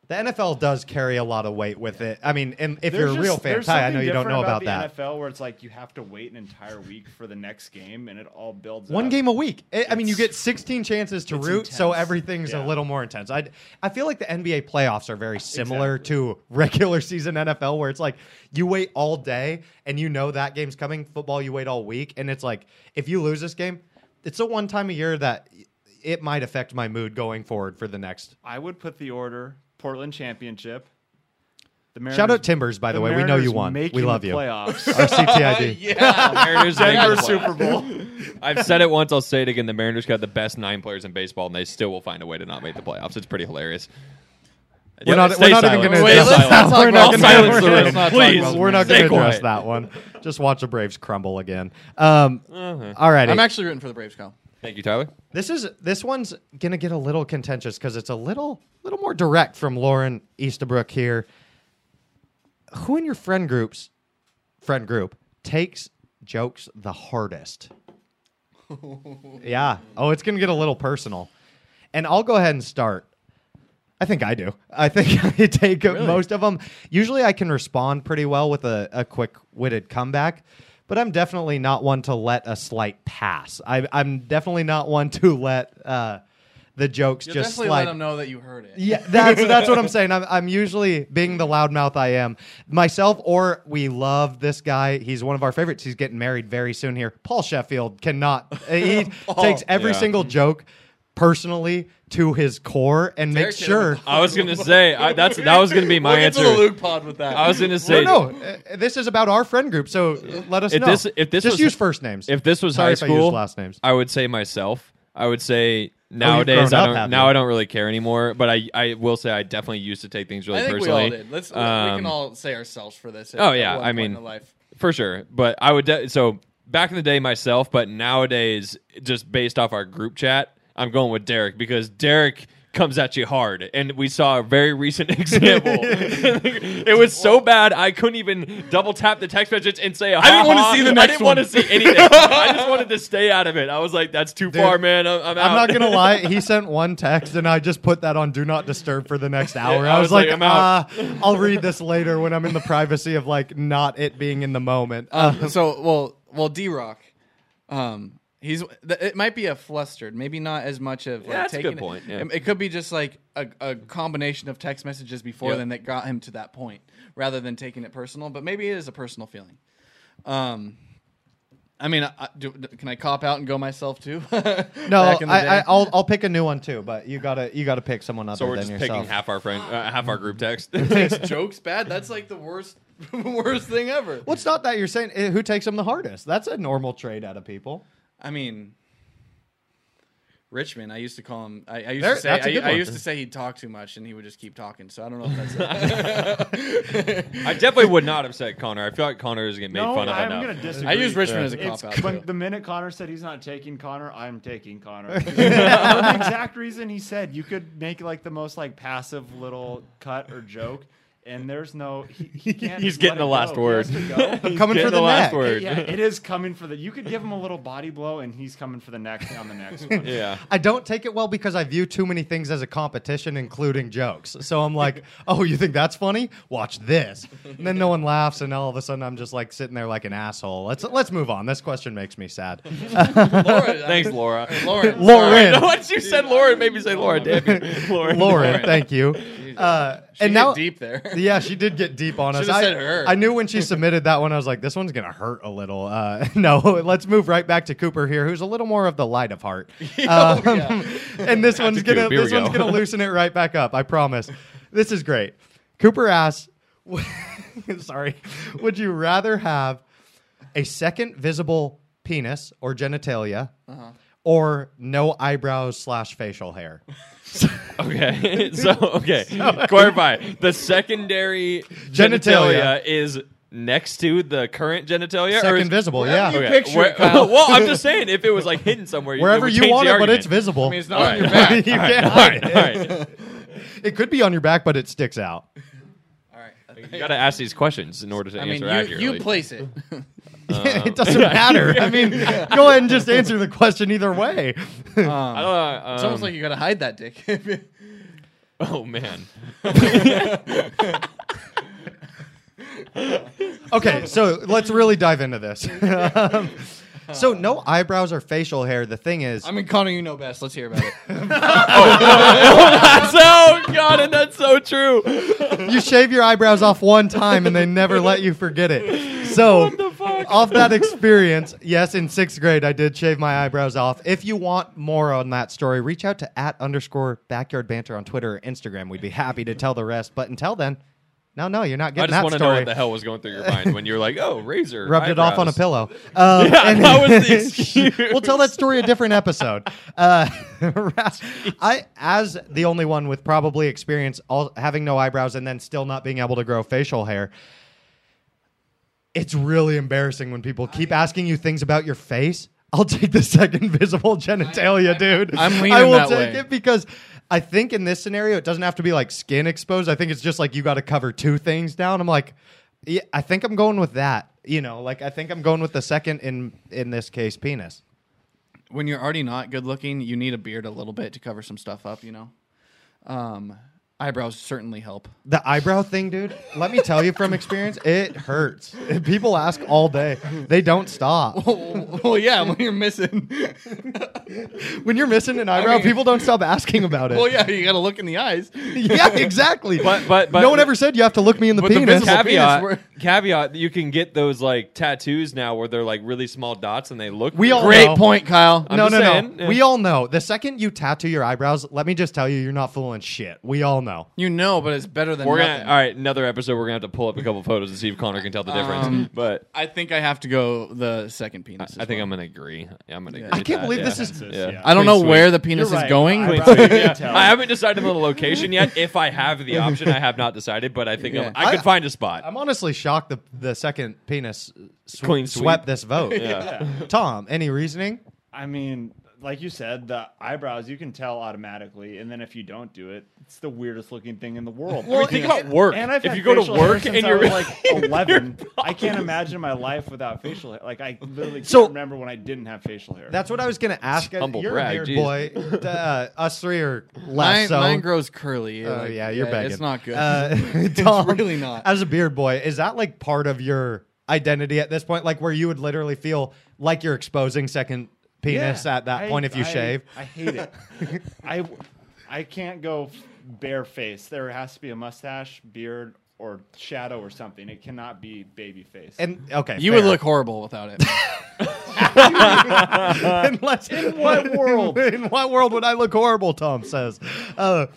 The NFL does carry a lot of weight with it. I mean, and if
There's
you're a real
just-
fan,
there's
Ty, I
something
know you don't
different
know about, that.
the NFL where it's like you have to wait an entire week for the next game, and it all builds.
One
up.
game a week. I- I mean, you get 16 chances to root, so
intense.
everything's a
Yeah.
little more intense. I I feel like the NBA playoffs are very similar to regular season NFL, where it's like you wait all day and you know that game's coming. Football, you wait all week, and it's like if you lose this game, it's the one time a year that it might affect my mood going forward for the next.
I would put the order Portland championship, The Mariners,
Shout out Timbers, by the, way. We know
Mariners
you won.
making
We love
the
you. Our
Playoffs.
CTID.
Mariners
Denver
make the
Super Bowl.
playoffs. I've said it once. I'll say it again. The Mariners got the best nine players in baseball, and they still will find a way to not make the playoffs. It's pretty hilarious.
We're not,
Stay
we're not even going
silent.
to
Stay
address
silent.
that. We're not
All
gonna-
silence
we're
in the room.
not-
Please.
We're not
Stay
going to address
quiet.
that one. Just watch the Braves crumble again. Um, All righty.
I'm actually rooting for the Braves, Kyle.
Thank you, Tyler.
This is this one's gonna get a little contentious because it's a little little more direct from Lauren Eastabrook here. Who in your friend groups friend group takes jokes the hardest? yeah. Oh, it's gonna get a little personal. And I'll go ahead and start. I think I do. I think I take most of them. Usually I can respond pretty well with a, a quick witted comeback, but I'm definitely not one to let a slight pass. I, I'm definitely not one to let uh, the jokes
You'll
just
definitely
slide.
let them know that you heard it.
Yeah, that's that's what I'm saying. I'm, I'm usually being the loudmouth I am myself, or we love this guy. He's one of our favorites. He's getting married very soon here. Paul Sheffield cannot. He takes every
Yeah.
single joke personally to his core and
Derek
makes
hit him
sure.
I was gonna say I, that's that was gonna be my
we'll get
answer.
to the Luke pod with that.
I was gonna
No,
say
no, uh, this is about our friend group. So uh, let us
If
know.
this- if this
just
was-
use first names.
if this was
Sorry
high
if I
school,
used last names. Oh,
I would say myself. I would say nowadays
grown
I
up,
don't
haven't
now
you?
I don't really care anymore. But I, I will say I definitely used to take things really
I think we
personally.
all did. Let's we can
Um,
all say ourselves for this. at-
Oh
at
yeah,
one
I
point
mean,
in life.
for sure. But I would de- so back in the day myself, but nowadays just based off our group chat, I'm going with Derek because Derek comes at you hard, and we saw a very recent example. it was so bad I couldn't even double tap the text messages and say. I
didn't wanna see the
I
next
didn't
one."
want to see anything. I just wanted to stay out of it. I was like, that's too far, man. I'm, I'm out.
I'm not gonna lie. He sent one text, and I just put that on do not disturb for the next hour.
I
I,
was
was like,
like, I'm out.
uh, I'll read this later when I'm in the privacy of like not it being in the moment. Uh,
Um, so well, well, D Rock, um, he's th- it might be a flustered, maybe not as much of like,
that's a good
taking
point, yeah.
It, it could be just like a, a combination of text messages before
Yep.
then that got him to that point, rather than taking it personal. But maybe it is a personal feeling. Um, I mean, I, I- do, can I cop out and go myself too?
no,
Back in the
I, I,
day.
I'll I'll pick a new one too, but you gotta you gotta pick someone other
So we're
than
just
yourself.
picking half our friend, uh, half our group text.
jokes bad. That's like the worst, worst thing ever.
well, it's not that you're saying eh, who takes them the hardest. That's a normal trade out of people.
I mean, Richmond. I used to call him. I, I used
There-
to say.
that's a
I,
good
I
one.
used to say he talked too much, and he would just keep talking. So I don't know if that's.
I definitely would not upset Connor. I feel like Connor is getting made
No,
fun of
I'm
enough.
gonna disagree.
I use Richmond as a
It's
cop out.
when
though.
the minute Connor said he's not taking Connor, I'm taking Connor. For the exact reason he said you could make like the most like passive little cut or joke, and there's no he, he can't.
He's
just
getting
let it
the last
go.
word.
He has to go.
Coming
Get
for the,
last
neck.
word.
yeah, it is coming for the. You could give him a little body blow, and he's coming for the next on the next one.
Yeah.
I don't take it well because I view too many things as a competition, including jokes. So I'm like, oh, you think that's funny? Watch this. And then no one laughs, and all of a sudden I'm just like sitting there like an asshole. Let's let's move on. This question makes me sad.
Lauren, I-
Thanks, Laura.
Lauren. sorry.
Lauren,
Once you said Lauren, maybe say Laura. Damn you. Lauren.
Lauren, thank you. Uh,
She
and
get
now,
deep there.
yeah, she did get deep on us.
Should've
I,
said her.
I knew when she submitted that one, I was like, this one's gonna hurt a little. Uh, no, let's move right back to Cooper here, who's a little more of the light of heart.
Oh,
Um, and this one's
Cooper,
gonna
here we
this one's
go.
gonna loosen it right back up. I promise. This is great. Cooper asks, sorry, would you rather have a second visible penis or genitalia?
Uh-huh.
Or no eyebrows slash facial hair.
Okay. so, okay. Clarify. The secondary genitalia, is next to the current genitalia? or is,
Second visible, yeah.
you picture
where-
it, Kyle.
well, I'm just saying, if it was like hidden somewhere,
Wherever
would
you
change
want
the
it, but
argument.
it's visible.
I mean, it's not
All
on your
right.
back.
You
All right.
can't
All
hide
right.
it.
All right.
It could be on your back, but it sticks out.
All right.
You got to ask these questions in order to
I mean,
answer
you,
accurately.
you place it.
Oh.
it doesn't matter. I mean, go ahead and just answer the question either way.
I don't know,
It's
um,
almost like you got to hide that dick.
oh, man.
Okay, so let's really dive into this. Um, so, no eyebrows or facial hair. The thing is,
I mean, Connor, you know best. Let's hear about it.
Oh, That's so, God, and that's so true.
you shave your eyebrows off one time and they never let you forget it. So, off that experience, yes, in sixth grade, I did shave my eyebrows off. If you want more on that story, reach out to at underscore backyard banter on Twitter or Instagram. We'd be happy to tell the rest. But until then, No, no, you're not
I
getting
just
that
want to know
story.
what the hell was going through your mind when you're like, oh, razor.
Rubbed it off on a
eyebrows.
pillow. Um,
Yeah, that was the excuse.
we'll tell that story a different episode. Uh, Ras- I, as the only one with probably experience all, having no eyebrows and then still not being able to grow facial hair, it's really embarrassing when people keep asking you things about your face. I'll take the second visible genitalia, dude.
I'm leaning
I will
that
take
way.
it because I think in this scenario it doesn't have to be like skin exposed. I think it's just like you got to cover two things down. I'm like, yeah, I think I'm going with that. You know, like I think I'm going with the second in in this case penis.
when you're already not good looking, you need a beard a little bit to cover some stuff up, you know. Um, eyebrows certainly help.
The eyebrow thing, dude. Let me tell you from experience, it hurts. People ask all day. They don't stop.
well, yeah, when you're missing.
When you're missing an eyebrow,
mean-
people don't stop asking about it.
well, yeah, you got to look in the eyes.
yeah, exactly.
But- but- but-
no one ever said you have to look me in the
But the
penis.
best caveat,
penis were-
caveat, you can get those like tattoos now where they're like really small dots and they look
We all-
Great
No.
point, Kyle.
I'm
no,
just
no,
saying,
no.
yeah.
We all know. The second you tattoo your eyebrows, let me just tell you, you're not fooling shit. We all know.
You know, but it's better than
We're
nothing.
gonna all right. Another episode. We're gonna have to pull up a couple photos and see if Connor can tell the difference.
Um,
but
I think I have to go the second penis.
I think I'm gonna agree. I'm gonna. Agree
I
with
can't
that,
believe
yeah.
this is.
Yeah.
I don't
Pretty
know
sweet.
where the penis is going.
Eyebrows,
but-
you can tell.
I haven't decided on the location yet. If I have the option, I have not decided, but I think I'm,
Yeah.
I could
I-
find a spot.
I'm honestly shocked the the second penis sw-
Clean sweep.
swept this vote.
Yeah.
Tom, any reasoning?
I mean, like you said, the eyebrows you can tell automatically, and then if you don't do it, it's the weirdest looking thing in the world.
I mean, think about work.
and I've
if
had
you go to
facial hair
work
since
and
I
you're
was, like eleven, I can't imagine my life without facial hair. Like I literally can't
So-
remember when I didn't have facial hair.
That's what I was going to ask.
Humble
You're
brag,
a beard
geez.
boy. D- uh, us three are less.
mine,
so.
mine grows curly.
Oh,
like,
yeah, you're begging.
It's not good.
Uh, Tom,
really not.
As a beard boy, is that like part of your identity at this point? Like where you would literally feel like you're exposing second penis
Yeah,
at that
I-
point if you
I-
shave?
I hate it. I I can't go bare face. There has to be a mustache, beard, or shadow or something. It cannot be baby face.
And okay,
you would
fair.
look horrible without it.
Unless, in what world? in what world would I look horrible? Tom says. Uh,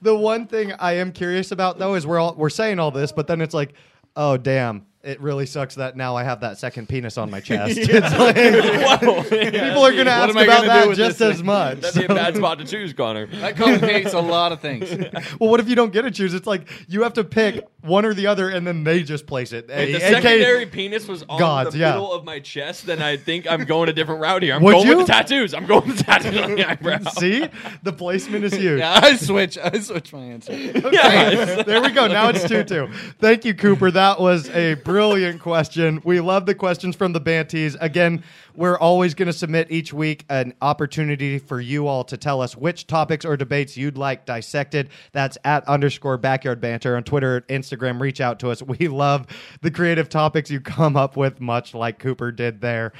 the one thing I am curious about though is we're all, we're saying all this, but then it's like, oh damn, it really sucks that now I have that second penis on my chest. It's like, people are gonna
What
ask
am I
about
gonna do
that
with
just
this
as much.
That'd be a bad spot to choose, Connor.
that complicates a lot of things.
Well, what if you don't get to choose? It's like you have to pick one or the other, and then they just place it.
If the
A- AKA
secondary penis was on
Gods,
the
yeah.
middle of my chest, then I think I'm going a different route here. I'm
Would
going
you?
with the tattoos. I'm going with the tattoos on the eyebrows.
See, the placement is huge.
Yeah, I switch. I switch my answer.
Yeah.
there we go. Now it's 2 2. Thank you, Cooper. That was a brilliant question. We love the questions from the Bantees. Again, we're always going to submit each week an opportunity for you all to tell us which topics or debates you'd like dissected. That's at underscore backyard banter on Twitter, Instagram. Reach out to us. We love the creative topics you come up with, much like Cooper did there.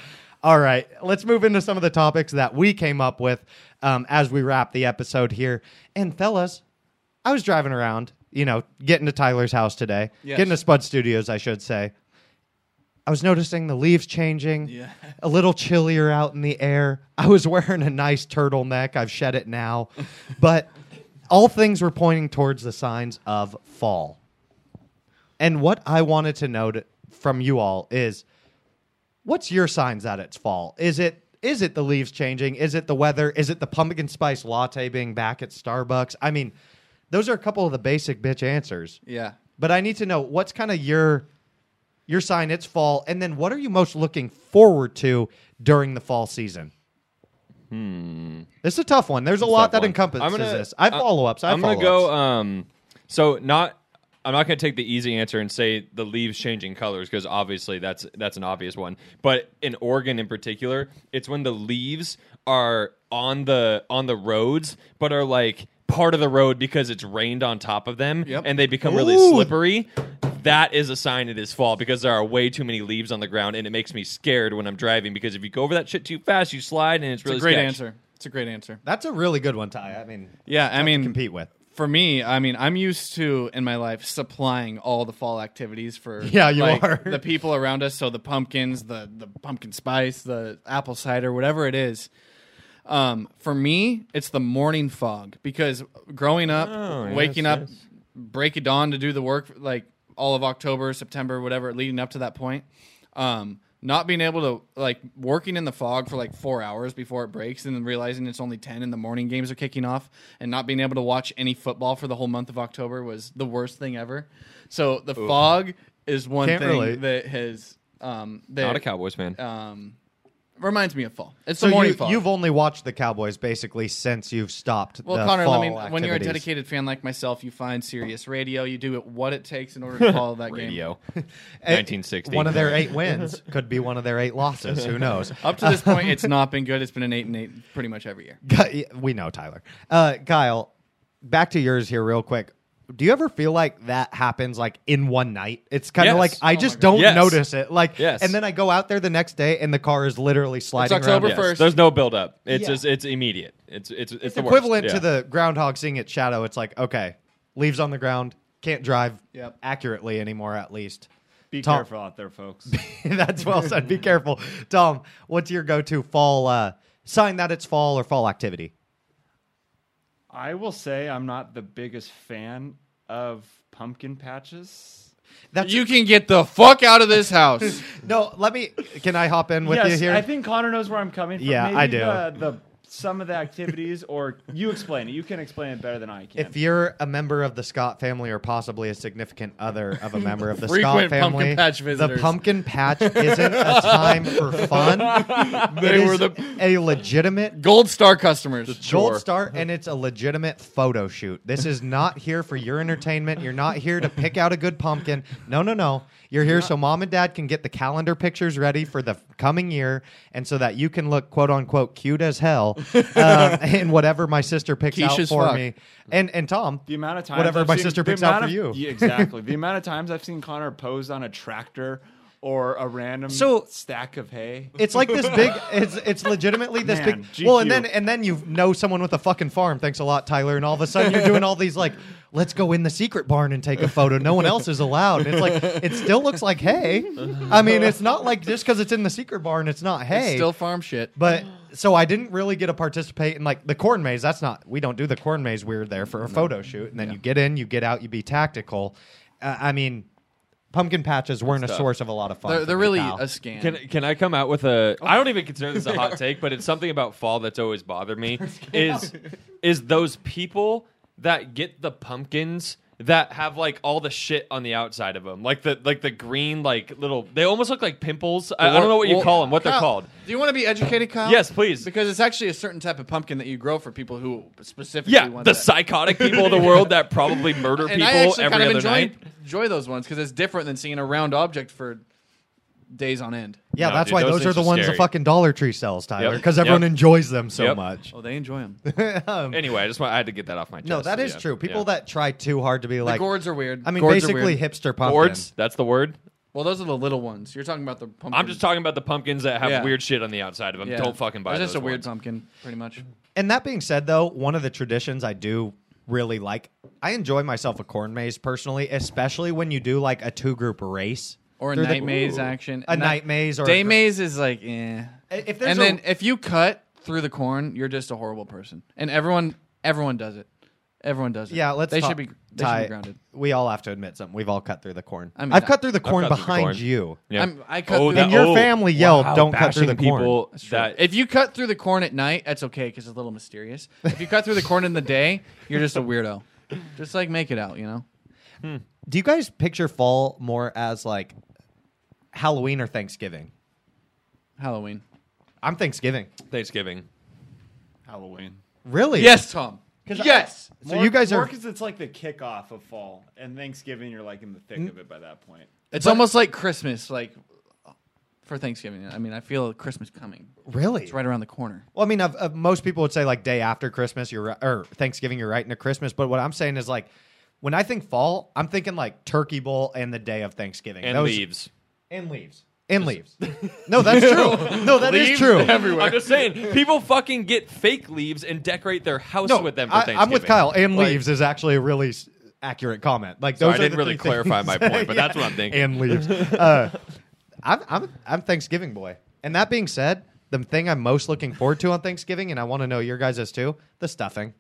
All right, let's move into some of the topics that we came up with um, as we wrap the episode here. And fellas, I was driving around, you know, getting to Tyler's house today,
Yes.
getting to Spud Studios, I should say. I was noticing the leaves changing,
Yeah.
a little chillier out in the air. I was wearing a nice turtleneck. I've shed it now. but all things were pointing towards the signs of fall. And what I wanted to know to, from you all is what's your signs that it's fall? Is it is it the leaves changing? Is it the weather? Is it the pumpkin spice latte being back at Starbucks? I mean, those are a couple of the basic bitch answers.
Yeah.
But I need to know what's kind of your your sign it's fall and then what are you most looking forward to during the fall season? Hmm. This is a tough one. There's a lot
tough
that
one.
encompasses
I'm gonna-
this. I
I-
follow ups. I
I'm gonna
follow-ups.
go. Um, so not. I'm not going to take the easy answer and say the leaves changing colors because obviously that's that's an obvious one. But in Oregon in particular, it's when the leaves are on the on the roads, but are like part of the road because it's rained on top of them,
Yep.
and they become really
Ooh.
slippery. That is a sign it is fall because there are way too many leaves on the ground, and it makes me scared when I'm driving because if you go over that shit too fast, you slide, and it's really
It's a great
sketch.
answer. It's a great answer.
That's a really good one, Ty. I mean,
Yeah, I mean,
compete with.
for me, I mean, I'm used to in my life supplying all the fall activities for
Yeah, you
like,
are.
the people around us. So the pumpkins, the the pumpkin spice, the apple cider, whatever it is. Um, for me, it's the morning fog because growing up,
Oh, yes,
waking up,
yes.
break of dawn to do the work, like all of October, September, whatever, leading up to that point. Um, not being able to like working in the fog for like four hours before it breaks, and then realizing it's only ten and the morning games are kicking off, and not being able to watch any football for the whole month of October was the worst thing ever. So the fog is one
Can't
thing
relate.
that has um, that
Not a Cowboys fan.
um, reminds me of fall. It's
So
the morning
you,
fog.
you've only watched the Cowboys basically since you've stopped.
Well,
the
Connor,
fall
let me, when you're a
activities.
dedicated fan like myself, you find Sirius Radio. You do it what it takes in order to follow that game.
Radio.
Eh,
1960.
one of their eight wins could be one of their eight losses. Who knows?
Up to this point, it's not been good. It's been an eight and eight pretty much every year.
Gu- we know Tyler. Uh, Kyle, back to yours here real quick. Do you ever feel like that happens like in one night? It's kind of
Yes.
like I
Oh
just
my God.
don't
Yes.
notice it. Like,
Yes.
and then I go out there the next day and the car is literally sliding
October
around.
Yes,
first.
There's no buildup. It's
Yeah.
just it's immediate. It's it's it's,
It's
the worst.
equivalent
Yeah.
to the groundhog seeing its shadow. It's like okay, leaves on the ground, can't drive
Yep.
accurately anymore. At least
Be
Tom-
careful out there, folks.
That's well said. Be careful, Tom. What's your go-to fall uh, sign that it's fall or fall activity?
I will say I'm not the biggest fan of pumpkin patches.
That's
You can get the fuck out of this house.
no. Let me. Can I hop in with
yes,
you here?
I think Connor knows where I'm coming from.
Yeah,
Maybe
I do.
The, the some of the activities, or you explain it. You can explain it better than I can.
if you're a member of the Scott family or possibly a significant other of a member of the Scott
Frequent pumpkin
family,
patch
the
visitors.
pumpkin patch isn't a time for fun. It
they
is
were the
a legitimate
gold star customers.
Gold Star, and it's a legitimate photo shoot. This is not here for your entertainment. You're not here to pick out a good pumpkin. No, no, no. You're here so mom and dad can get the calendar pictures ready for the coming year, and so that you can look quote unquote cute as hell um, in whatever my sister picks
Quiche
out
as
for
fuck.
me. And and Tom,
the amount of times
whatever
I've
my
seen-
sister
the
picks out
amount
for you.
of- Yeah, exactly. the amount of times I've seen Connor pose on a tractor or a random
So-
stack of hay.
It's like this big. It's it's legitimately this
Man,
big. Well, and
GQ.
then and then you know someone with a fucking farm. Thanks a lot, Tyler. And all of a sudden you're doing all these like, let's go in the secret barn and take a photo. No one else is allowed. And it's like it still looks like hay. I mean, it's not like just because it's in the secret barn, it's not hay.
It's still farm shit.
but so I didn't really get to participate in like the corn maze. That's not we don't do the corn maze. We're there for a photo shoot, and then you get in, you get out, you be tactical. Uh, I mean, pumpkin patches weren't a source of a lot of fun.
They're,
for
they're
me,
really
Kyle.
a scam.
Can can I come out with a?
Oh.
I don't even consider this a hot take, but it's something about fall that's always bothered me. Is is those people that get the pumpkins that have like all the shit on the outside of them, like the like the green like little. They almost look like pimples. I, I don't know what you
Well,
call them. What they're
Kyle,
called.
Do you want to be educated, Kyle?
Yes, please.
Because it's actually a certain type of pumpkin that you grow for people who specifically
Yeah,
want
the
that.
psychotic people of the world that probably murder
and
people
I actually
every
kind of
other
enjoy,
night.
enjoy those ones because it's different than seeing a round object for days on end.
Yeah,
No,
that's
dude,
why
those
those, are
things
the
are
ones the
scary.
fucking Dollar Tree sells, Tyler,
Yep.
because everyone
Yep.
enjoys them so
Yep.
much.
Oh, they enjoy them.
Anyway, I just want I had to get that off my chest.
No, that is
Yeah,
true. People
yeah.
that try too hard to be
the
like,
gourds are weird.
I mean,
Gourds are
basically
weird.
hipster pumpkin.
gourds. That's the word.
well, those are the little ones. You're talking about the pumpkin.
I'm just talking about the pumpkins that have
Yeah.
weird shit on the outside of them.
Yeah.
Don't fucking buy
It's
those.
just a weird
ones.
pumpkin, pretty much.
And that being said, though, one of the traditions I do really like, I enjoy myself a corn maze personally, especially when you do like a two group race
Or a
They're the-
night maze action.
A night maze or a
day
gr-
maze is like, eh.
If there's
and
a-
then if you cut through the corn, you're just a horrible person. And everyone, everyone does it. Everyone does it.
Yeah, let's.
They
talk-
should be. They
Ty,
should be grounded.
We all have to admit something. We've all cut through the corn. I
I mean,
have
I-
cut through the corn
cut through the
behind
corn.
you.
Yeah. Oh,
I'm- I cut through
that-
the-
And your family yelled, "Don't cut through
bashing
the corn."
people That
If you cut through the corn at night, that's okay because it's a little mysterious. If you cut through the corn in the day, you're just a weirdo. Just like make it out, you know.
Do you guys picture fall more as like Halloween or Thanksgiving?
Halloween.
I'm Thanksgiving.
Thanksgiving.
Halloween.
Really?
Yes, Tom. Yes.
So you guys
more
are-
because it's like the kickoff of fall, and Thanksgiving you're like in the thick of it by that point.
It's almost like Christmas, like for Thanksgiving. I mean, I feel Christmas coming.
Really?
It's right around the corner.
Well, I mean, of, of most people would say like day after Christmas, you're ri- or Thanksgiving, you're right into Christmas. But what I'm saying is like, when I think fall, I'm thinking like turkey bowl and the day of Thanksgiving
and
Those-
leaves.
and leaves and leaves. No, that's true. No, that is true.
I'm just saying, people fucking get fake leaves and decorate their house
No,
with them for
I,
Thanksgiving.
am with Kyle. And
Like-
leaves is actually a really s- accurate comment. Like
So
those
I
are
didn't
the
really
three things-
clarify my point, but
Yeah.
that's what I'm thinking.
and leaves. Uh, I'm, I'm I'm Thanksgiving boy. And that being said, the thing I'm most looking forward to on Thanksgiving, and I want to know your guys' too, the stuffing.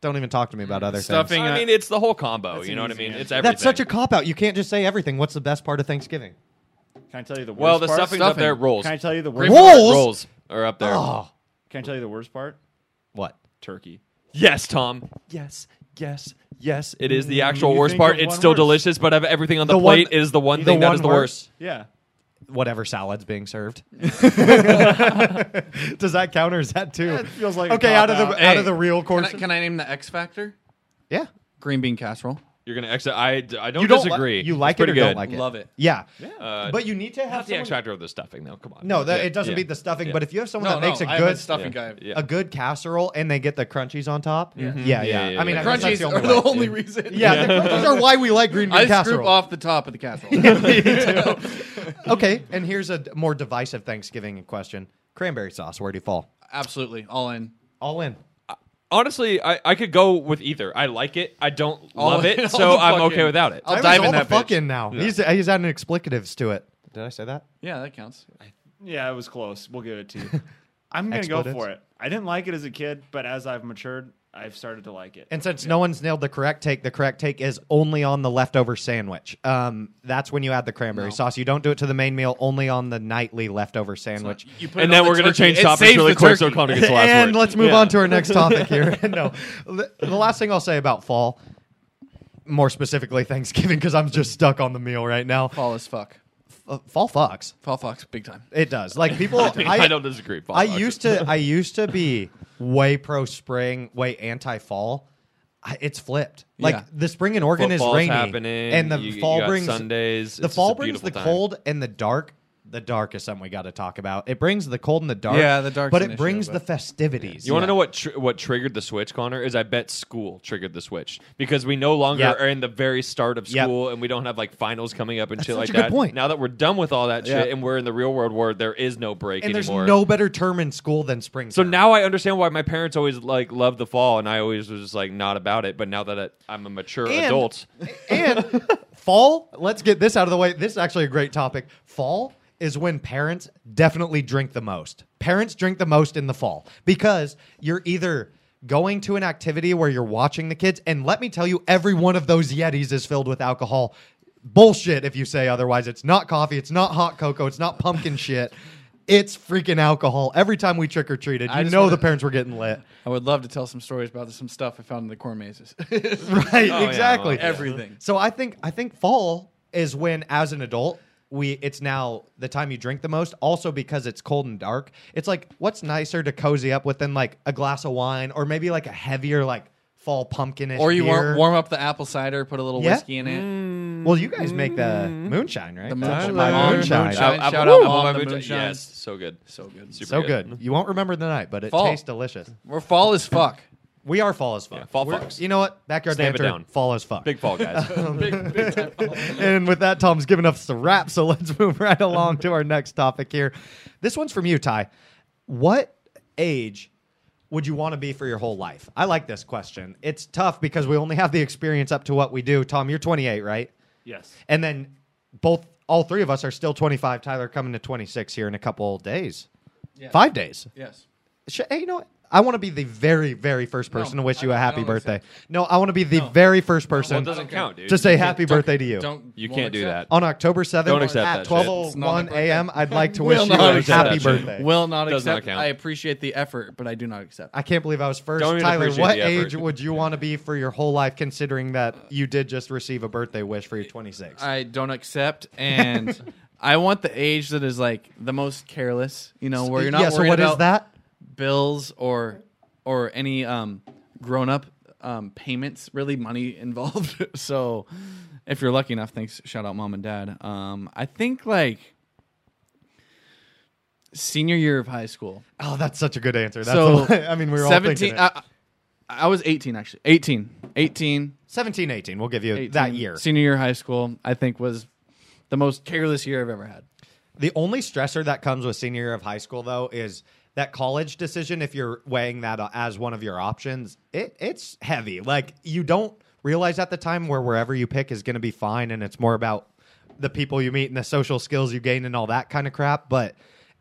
Don't even talk to me about other
stuffing.
things.
Stuffing, uh,
I mean, it's the whole combo.
That's
You
an
know what I
easy
mean?
answer.
It's everything.
That's such a cop out. You can't just say everything. What's the best part of Thanksgiving?
Can I tell you the worst
well. The
part?
stuffing's up
Stuffing.
there. Rolls.
Can I tell you the worst?
Roll- Rolls?
Rolls are up there.
Oh,
Can I tell you the worst part?
what?
Turkey.
Yes, Tom. Yes, yes, yes. It is
Mm.
the actual
you
worst
think
part.
of
It's
one
still
worse.
delicious, but of everything on the,
The one-
plate is the one
the
thing that
one
is the
worse.
worst.
Yeah.
Whatever salad's being served. Does that count, or is that too?
That feels like a
okay. Out of the
cop-out.
out
Hey,
of the real
Can
course.
I, can I name the X factor?
yeah.
Green bean casserole.
You're gonna exit. I, I don't,
You don't li-
disagree.
you
It's
like it or
pretty
don't
good.
like it.
Love it.
Yeah.
Uh,
but you need to have
That's the X
someone-
factor of the stuffing, though. Come on.
No, that,
Yeah,
it doesn't
yeah.
beat the stuffing.
Yeah.
But if you have someone
No,
that makes
no,
a
I'm a
good
stuffing
Yeah.
guy.
Yeah.
a good casserole and they get the crunchies on top. Yeah, yeah.
Yeah, yeah,
I mean,
yeah.
I guess that's
Crunchies
the
are
only
the
way.
only reason.
Yeah, the crunchies are why we like green bean
I
casserole.
screw off the top of the casserole.
Okay, and here's a d- more divisive Thanksgiving question: cranberry sauce. Where do you fall?
Absolutely, all in.
All in.
Honestly, I, I could go with either. I like it. I don't
All-
love
all
it, so
the
I'm
fucking-
okay without it.
I'll
I was
dive
all
in
the
that
fuck
bitch.
in now. He's he's adding explicatives to it. Did I say that?
Yeah, that counts.
Yeah, it was close. We'll give it to you. I'm gonna
Expletives.
go for it. I didn't like it as a kid, but as I've matured, I've started to like it.
And since no one's nailed the correct take, the correct take is only on the leftover sandwich. Um, that's when you add the cranberry sauce. You don't do it to the main meal, only on the nightly leftover sandwich.
You put
And
it on
then
the
we're gonna
turkey.
change
It
topics
saves
really
the
quick, so
turkey.
Connor gets the last
and
word.
let's move
Yeah.
on to our next topic here. no, the, the last thing I'll say about fall, more specifically Thanksgiving, because I'm just stuck on the meal right now.
Fall as fuck.
Uh, fall fucks.
Fall fucks big time.
It does. Like people,
I,
I,
don't disagree. Paul
I
Fox.
used to I used to be way pro spring, way anti fall. It's flipped. Like
Yeah.
the spring in Oregon
Football's
is rainy,
happening,
and the
you- you
fall
got
brings
Sundays.
The
It's
fall
just a
brings the
beautiful time.
cold and the dark. The dark is something we got to talk about. It brings the cold and the dark.
Yeah, the dark's
But
an
it brings
issue,
the
but-
festivities.
You want to know what tr- what triggered the switch, Connor? Is I bet school triggered the switch because we no longer
Yep.
are in the very start of
Yep.
school and we don't have like finals coming up and
such
shit like
a good
that.
point.
Now that we're done with all that
Yeah.
shit and we're in the real world where there is no break
And there's
anymore.
no better term in school than spring.
so
term.
now I understand why my parents always like loved the fall and I always was just like not about it. But now that I- I'm a mature
And-
adult,
and fall, let's get this out of the way. This is actually a great topic. Fall is when parents definitely drink the most. Parents drink the most in the fall because you're either going to an activity where you're watching the kids, and let me tell you, every one of those Yetis is filled with alcohol. Bullshit if you say otherwise. It's not coffee, it's not hot cocoa, it's not pumpkin shit. It's freaking alcohol. Every time we trick or treated,
I
you
just
know
wanna-
the parents were getting lit.
I would love to tell some stories about some stuff I found in the corn mazes.
right
well,
exactly
yeah.
Everything.
so i think i think fall is when as an adult we it's now the time you drink the most also because it's cold and dark it's like what's nicer to cozy up with than like a glass of wine or maybe like a heavier like fall pumpkinish
or you warm,
beer?
warm up the apple cider, put a little
Yeah.
whiskey in it.
well you guys make the moonshine right
The
That's
moonshine.
my
Mom,
moonshine.
moonshine.
I- I-
Shout
woo!
out, Mom,
Mama
the
Moonshine.
moonshine.
Yes, so good,
So good.
super
so good you won't remember the night but it
Fall.
tastes delicious
We're fall as fuck.
we are fall as fuck
fall
We're-
fucks.
you know what backyard
Stamp it
banter
down.
fall as fuck
Big fall, guys.
and with that, Tom's given us the wrap. So let's move right along to our next topic here. This one's from you, Ty. What age would you want to be for your whole life? I like this question. It's tough because we only have the experience up to what we do. Tom, you're 28, right?
yes.
And then both, all three of us are still 25. Tyler coming to 26 here in a couple days, five days.
Yes.
Sh- Hey, you know what? I want to be the very, very first person to wish
I
you a
don't- I
happy
don't think so.
birthday. No, I want to be the very first
well, it
person
doesn't count, dude.
to say happy
Don't-
birthday to you
Don't.
you
won't
can't do that.
accept.
on October 7th
Don't accept
at
that shit.
It's
12:01
not my birthday.
a.m. I'd like to
Will
wish you
not
a
accept
happy
that shit.
birthday.
Will not
Does not
accept.
count.
I appreciate the effort, but I do not accept.
I can't believe I was first.
Don't even
Tyler,
appreciate
what
the effort.
age would you want to be for your whole life considering that you did just receive a birthday wish for your 26?
I don't accept, and I want the age that is like the most careless. You know, where you're not
yeah, so
worried
what is
about
that?
bills or or any um, grown up um, payments, really money involved. so, if you're lucky enough, thanks. Shout out mom and dad. Um, I think like senior year of high school.
Oh, that's such a good answer. That's
so uh,
the- I mean, we were all thinking it.
I, I was 18 actually. 18, 18.
17, 18. We'll give you
18,
that year.
Senior year of high school, I think was the most careless year I've ever had.
The only stressor that comes with senior year of high school, though, is that college decision. If you're weighing that uh, as one of your options, it it's heavy. Like you don't realize at the time where wherever you pick is going to be fine, and it's more about the people you meet and the social skills you gain and all that kind of crap. But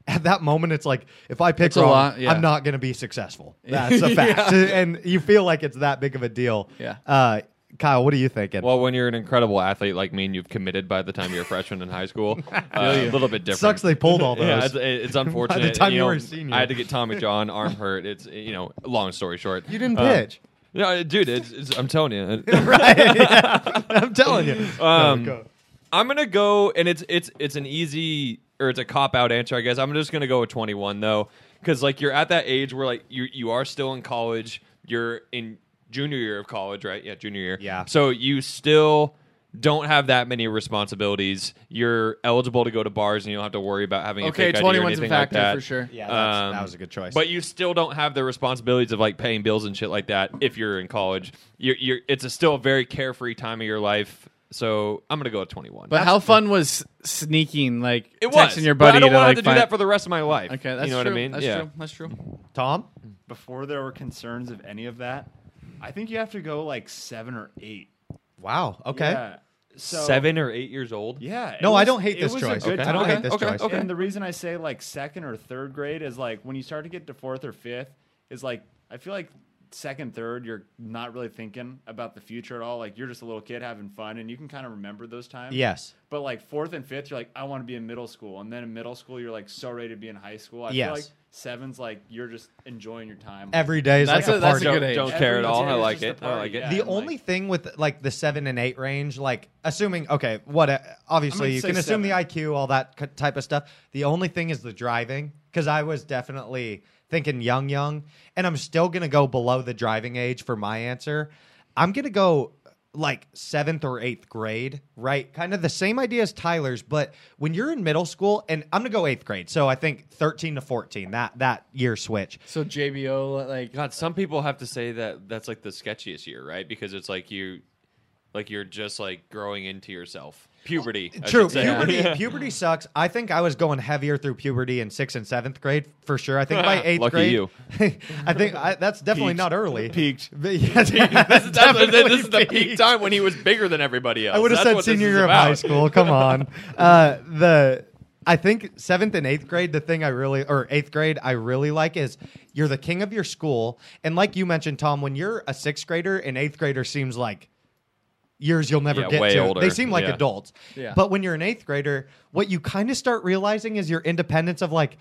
at that moment, it's like if I pick
a
wrong,
lot, yeah.
I'm not going to be successful. That's a fact, and you feel like it's that big of a deal.
Yeah.
Uh, Kyle, what are you thinking?
Well, when you're an incredible athlete like me and you've committed by the time you're a freshman in high school, uh, a little bit
it
different.
sucks they pulled all those.
Yeah, it's, it's unfortunate.
time you
know,
were a senior.
I had to get Tommy John arm hurt. It's you know, long story short,
you didn't
Uh,
pitch,
no, dude, it's, it's, I'm telling you,
right? Yeah. I'm telling you.
Um,
No, go.
I'm gonna go, and it's it's it's an easy or it's a cop out answer, I guess. I'm just gonna go with 21 though, because like you're at that age where like you you are still in college. You're in junior year of college, right? Yeah, junior year.
Yeah.
So you still don't have that many responsibilities. You're eligible to go to bars, and you don't have to worry about having a
Okay,
fake ID or
21's a
anything like
factor
that.
for sure.
yeah, that's-
um,
that was a good choice.
But you still don't have the responsibilities of like paying bills and shit like that if you're in college. You're, you're it's a still a very carefree time of your life. So I'm gonna go at 21.
But how fun was sneaking? Like
it was
texting your
but
buddy
I don't
to
want
like
to do
find-
that for the rest of my life.
Okay, that's
you know
true.
what I mean.
That's
yeah.
true. That's true.
Tom,
Before there were concerns of any of that, I think you have to go like seven or eight.
wow. Okay.
Yeah. So,
Seven or eight years old.
Yeah. it
No, I
was-
don't hate
it
this
was a
choice.
good
I don't
time.
hate this
Okay,
choice.
okay.
And the reason I say like second or third grade is like when you start to get to fourth or fifth is like I feel like second, third, you're not really thinking about the future at all. Like you're just a little kid having fun and you can kind of remember those times.
Yes.
But like fourth and fifth, you're like, I want to be in middle school. And then in middle school, you're like so ready to be in high school. I
Yes.
feel like seven's like you're just enjoying your time.
Every day is
That's
like a,
a- that's
party.
a
Don't,
good age.
don't care at all. I
Everyone's
like
just
it.
a
I
party,
like it.
yeah.
the
and,
only
like-
thing with like the seven and eight range, like assuming okay, what? uh, Obviously,
gonna
you
say
can assume the
seven.
IQ, all that c- type of stuff. The only thing is the driving, because I was definitely thinking young, young, and I'm still gonna go below the driving age for my answer. I'm gonna go like seventh or eighth grade, right? Kind of the same idea as Tyler's, but when you're in middle school, and I'm gonna go eighth grade, so I think 13 to 14, that that year switch.
So JBO like
God, some people have to say that that's like the sketchiest year, right? Because it's like you, like you're just like growing into yourself. Puberty. I
True.
should say.
Puberty, puberty sucks. I think I was going heavier through puberty in sixth and seventh grade for sure. I think by eighth
Lucky
grade,
you.
I think I, that's definitely not early.
Peaked.
But yeah,
This is, that's- this
definitely
is the peak
peaked.
time when he was bigger than everybody else.
I would have
That's
said
what this
senior
is
year of
about.
high school. Come on. Uh, the I think seventh and eighth grade, the thing I really or eighth grade I really like is you're the king of your school. And like you mentioned, Tom, when you're a sixth grader, an eighth grader seems like years you'll never
Yeah,
get
way
to.
older.
They seem like
Yeah.
adults.
Yeah.
But when you're an eighth grader, what you kind of start realizing is your independence of like,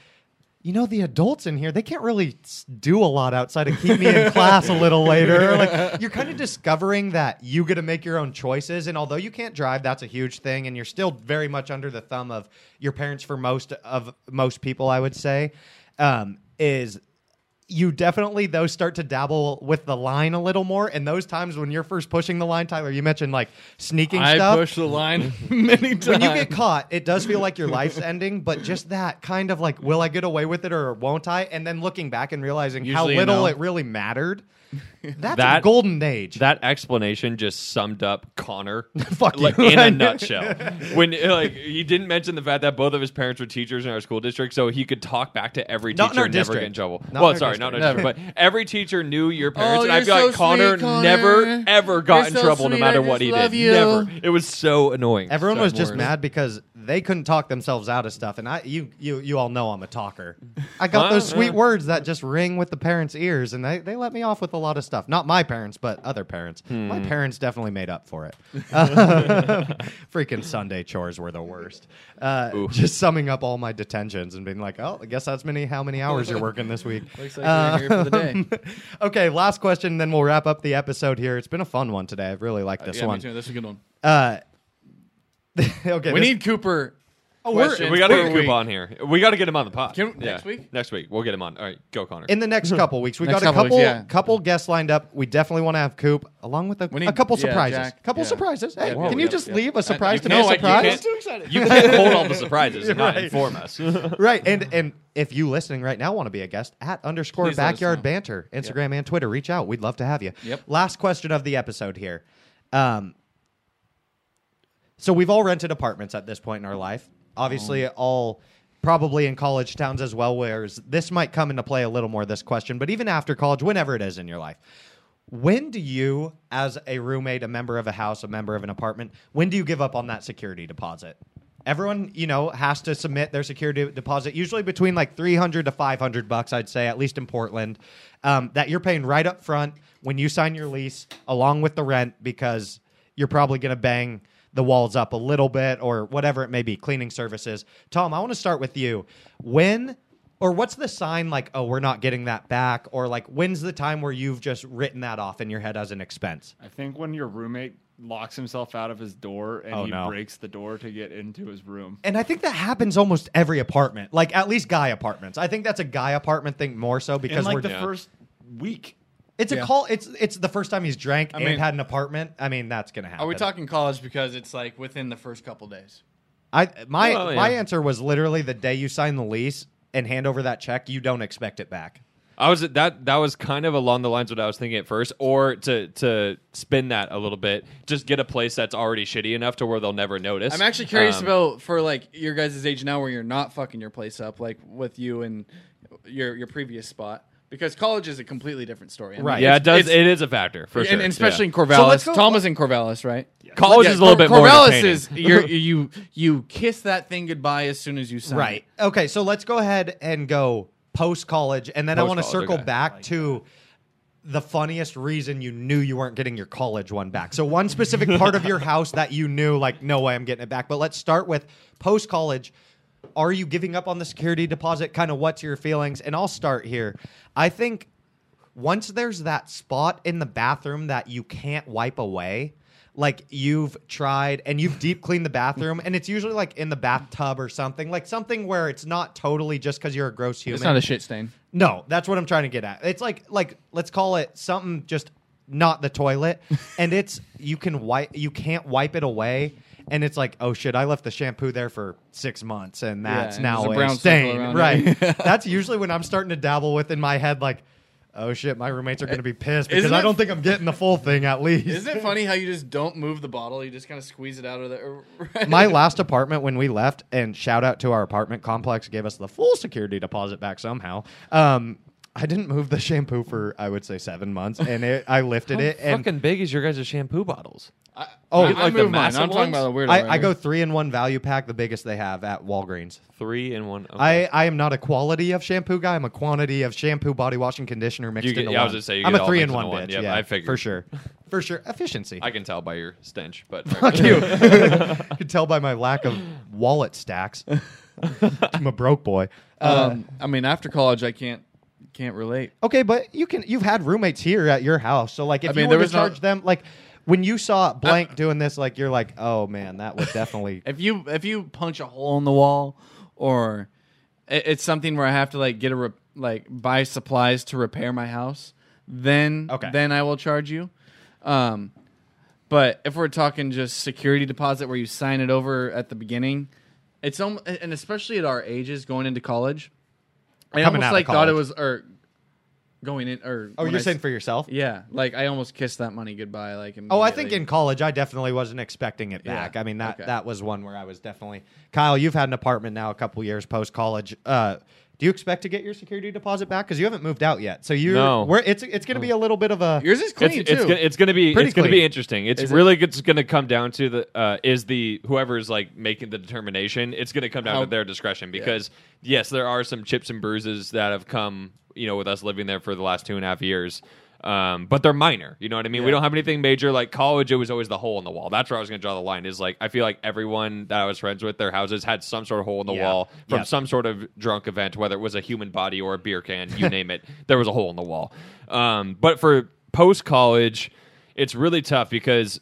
you know, the adults in here, they can't really s- do a lot outside of keep me in class a little later. Like you're kind of discovering that you get to make your own choices. And although you can't drive, that's a huge thing. And you're still very much under the thumb of your parents for most of most people, I would say, um, is you definitely those start to dabble with the line a little more and those times when you're first pushing the line tyler you mentioned like sneaking
I
stuff
pushed the line many times.
when you get caught it does feel like your life's ending but just that kind of like will i get away with it or won't i and then looking back and realizing how
Usually you
little
know.
it really mattered that's a
That-
golden age
That explanation just summed up Connor
Fuck you.
like, in a nutshell. When like he didn't mention the fact that both of his parents were teachers in our school district, so he could talk back to every
Not in
teacher
our
and never
district.
get in trouble.
Not
well,
in our
sorry, not in our
district.
district, but every teacher knew your parents, and I
you're
feel
so
like Connor,
sweet, Connor.
never ever got
You're
in
so
trouble no
sweet,
matter
I
what
just
he
love
did.
you.
Never. It was so annoying.
Everyone
So
was just
annoying.
mad because they couldn't talk themselves out of stuff, and I, you, you, you all know I'm a talker. I got those
Huh?
sweet
Yeah.
words that just ring with the parents' ears, and they, they let me off with a lot of stuff. Not my parents, but other parents. My
Hmm.
parents definitely made up for it. Freaking Sunday chores were the worst. Uh, just summing up all my detentions and being like, oh, I guess that's many how many hours you're working this week. Um,
Looks like we're here for the day.
okay, last question, then we'll wrap up the episode here. It's been a fun one today. I really like this
Uh, yeah, me
one.
too. That's a good one.
Uh, okay,
we
this-
need Cooper. Oh,
We got to get Coop on here. We got to get him on the pod.
Can- next week?
Next week. We'll get him on. All right, go Connor.
in the next couple weeks. We
Next
got a
couple
couple
weeks, yeah.
couple guests lined up. We definitely want to have Coop along with a,
We need-
a couple
yeah,
surprises.
Jack.
couple
Yeah.
surprises. Hey,
Yeah,
well,
can
we
you
got-
just
yeah.
leave a surprise
you
to be
know
a
what, you
surprise?
can't-
You can't hold all the surprises and not inform us.
Right. And and if you listening right now want to be a guest at underscore
Please let us
backyard
know.
banter, Instagram and Twitter, reach out. We'd love to have you.
Yep.
Last question of the episode here. Um so we've all rented apartments at this point in our life. Obviously,
Oh.
all probably in college towns as well, whereas this might come into play a little more this question, but even after college, whenever it is in your life. When do you, as a roommate, a member of a house, a member of an apartment, when do you give up on that security deposit? everyone you know has to submit their security deposit usually between like 300 to 500 bucks i'd say at least in portland um, that you're paying right up front when you sign your lease along with the rent because you're probably going to bang the walls up a little bit or whatever it may be cleaning services tom i want to start with you when or what's the sign like oh we're not getting that back or like when's the time where you've just written that off in your head as an expense
I think when your roommate locks himself out of his door and
Oh,
he
no.
breaks the door to get into his room.
and I think that happens almost every apartment, like at least guy apartments. I think that's a guy apartment thing more so
In
because
like
we're
the
Yeah.
first week.
it's a
Yeah.
call. It's it's the first time he's drank and
mean-
had an apartment. I mean, that's gonna happen.
Are we talking college because it's like within the first couple days?
I my
Well,
my
yeah.
answer was literally the day you sign the lease and hand over that check, you don't expect it back.
I was that that was kind of along the lines of what I was thinking at first, or to to spin that a little bit, just get a place that's already shitty enough to where they'll never notice.
I'm actually curious
Um,
about for like your guys' age now where you're not fucking your place up like with you and your your previous spot because college is a completely different story. I mean,
Right.
Yeah, it does.
it's-
It is a factor for
and,
sure,
and especially
yeah.
in Corvallis.
So let's go-
Tom is in Corvallis, right?
college
Yeah,
is a little
Cor-
bit more.
Corvallis
entertaining.
is you're, you you kiss that thing goodbye as soon as you sign.
Right. Okay. So let's go ahead and go post college, and then I want to
Post-college,
circle
okay.
back to the funniest reason you knew you weren't getting your college one back. So one specific part of your house that you knew, like, no way, I'm getting it back. But let's start with post college. Are you giving up on the security deposit? Kind of what's your feelings? And I'll start here. I think once there's that spot in the bathroom that you can't wipe away, like you've tried and you've deep cleaned the bathroom, and it's usually like in the bathtub or something, like something where it's not totally just because you're a gross human.
It's not a shit stain.
No, that's what I'm trying to get at. It's like like let's call it something just not the toilet, and it's you can wipe you can't wipe it away, and it's like oh shit, I left the shampoo there for six months, and that's
and
now
there's a
a,
brown circle
stain.
around
Right,
it.
that's usually when I'm starting to dabble with in my head like. Oh shit! My roommates are going to be pissed because
Isn't
I
it-
don't think I'm getting the full thing. At least
Isn't it funny how you just don't move the bottle? You just kind of squeeze it out of the.
my last apartment when we left and shout out to our apartment complex gave us the full security deposit back somehow um I didn't move the shampoo for I would say seven months, and it, I lifted it,
How
and
fucking big is your guys' shampoo bottles?
oh, I,
You like the
move mine.
massive
I'm talking
ones?
about the weirdo.
I,
right
I go
here.
three in one value pack, the biggest they have at Walgreens.
Three and one. Okay.
I, I am not a quality of shampoo guy. I'm a quantity of shampoo, body wash, and conditioner mixed
You get-
into
yeah, I
one.
was gonna say, you
I'm
get
a
all
three in
mixed
one
into one.
bitch.
Yep,
yeah,
I figured.
for sure, for sure. Efficiency.
I can tell by your stench, but
Fuck you. you can tell by my lack of wallet stacks. I'm a broke boy. Uh,
uh,
Um, I mean, after college, I can't can't relate.
Okay, but you can. You've had roommates here at your house, so like if
Uh, I mean,
you
there
were to
was Uh, no-
charge them, like when you saw blank doing this, like you're like, oh man, that would definitely.
If you if you punch a hole in the wall, or it, it's something where I have to like get a re- like buy supplies to repair my house, then
Okay.
then I will charge you. Um, but if we're talking just security deposit where you sign it over at the beginning, it's almost, and especially at our ages going into college, I
Coming out
almost
of
like thought it
college.
was or going in or
oh,
when
you're
I
saying
s-
for yourself?
yeah, like I almost kissed that money goodbye. Like
Oh, I think
immediately.
in college, I definitely wasn't expecting it
Yeah,
back. I mean that
okay.
that was one where I was definitely. Kyle, you've had an apartment now a couple years post college. Uh, do you expect to get your security deposit back? Because you haven't moved out yet, so you're.
No.
We're, it's it's going to be a little bit of a.
yours is
It's,
clean
it's,
too.
gonna, it's gonna be
Pretty
it's gonna
clean.
be interesting. It's
Is it?
really it's gonna come down to the uh, is the whoever is like making the determination. It's gonna come down
How-
to their discretion because yes, there are some chips and bruises that have come you know with us living there for the last two and a half years. Um, but they're minor. You know what I mean? We don't have anything major. Like college, it was always the hole in the wall. That's where I was going to draw the line. Is like I feel like everyone that I was friends with, their houses had some sort of hole in the
Yeah.
wall from
Yeah.
some sort of drunk event, whether it was a human body or a beer can, you name it, there was a hole in the wall. Um, but for post college, it's really tough because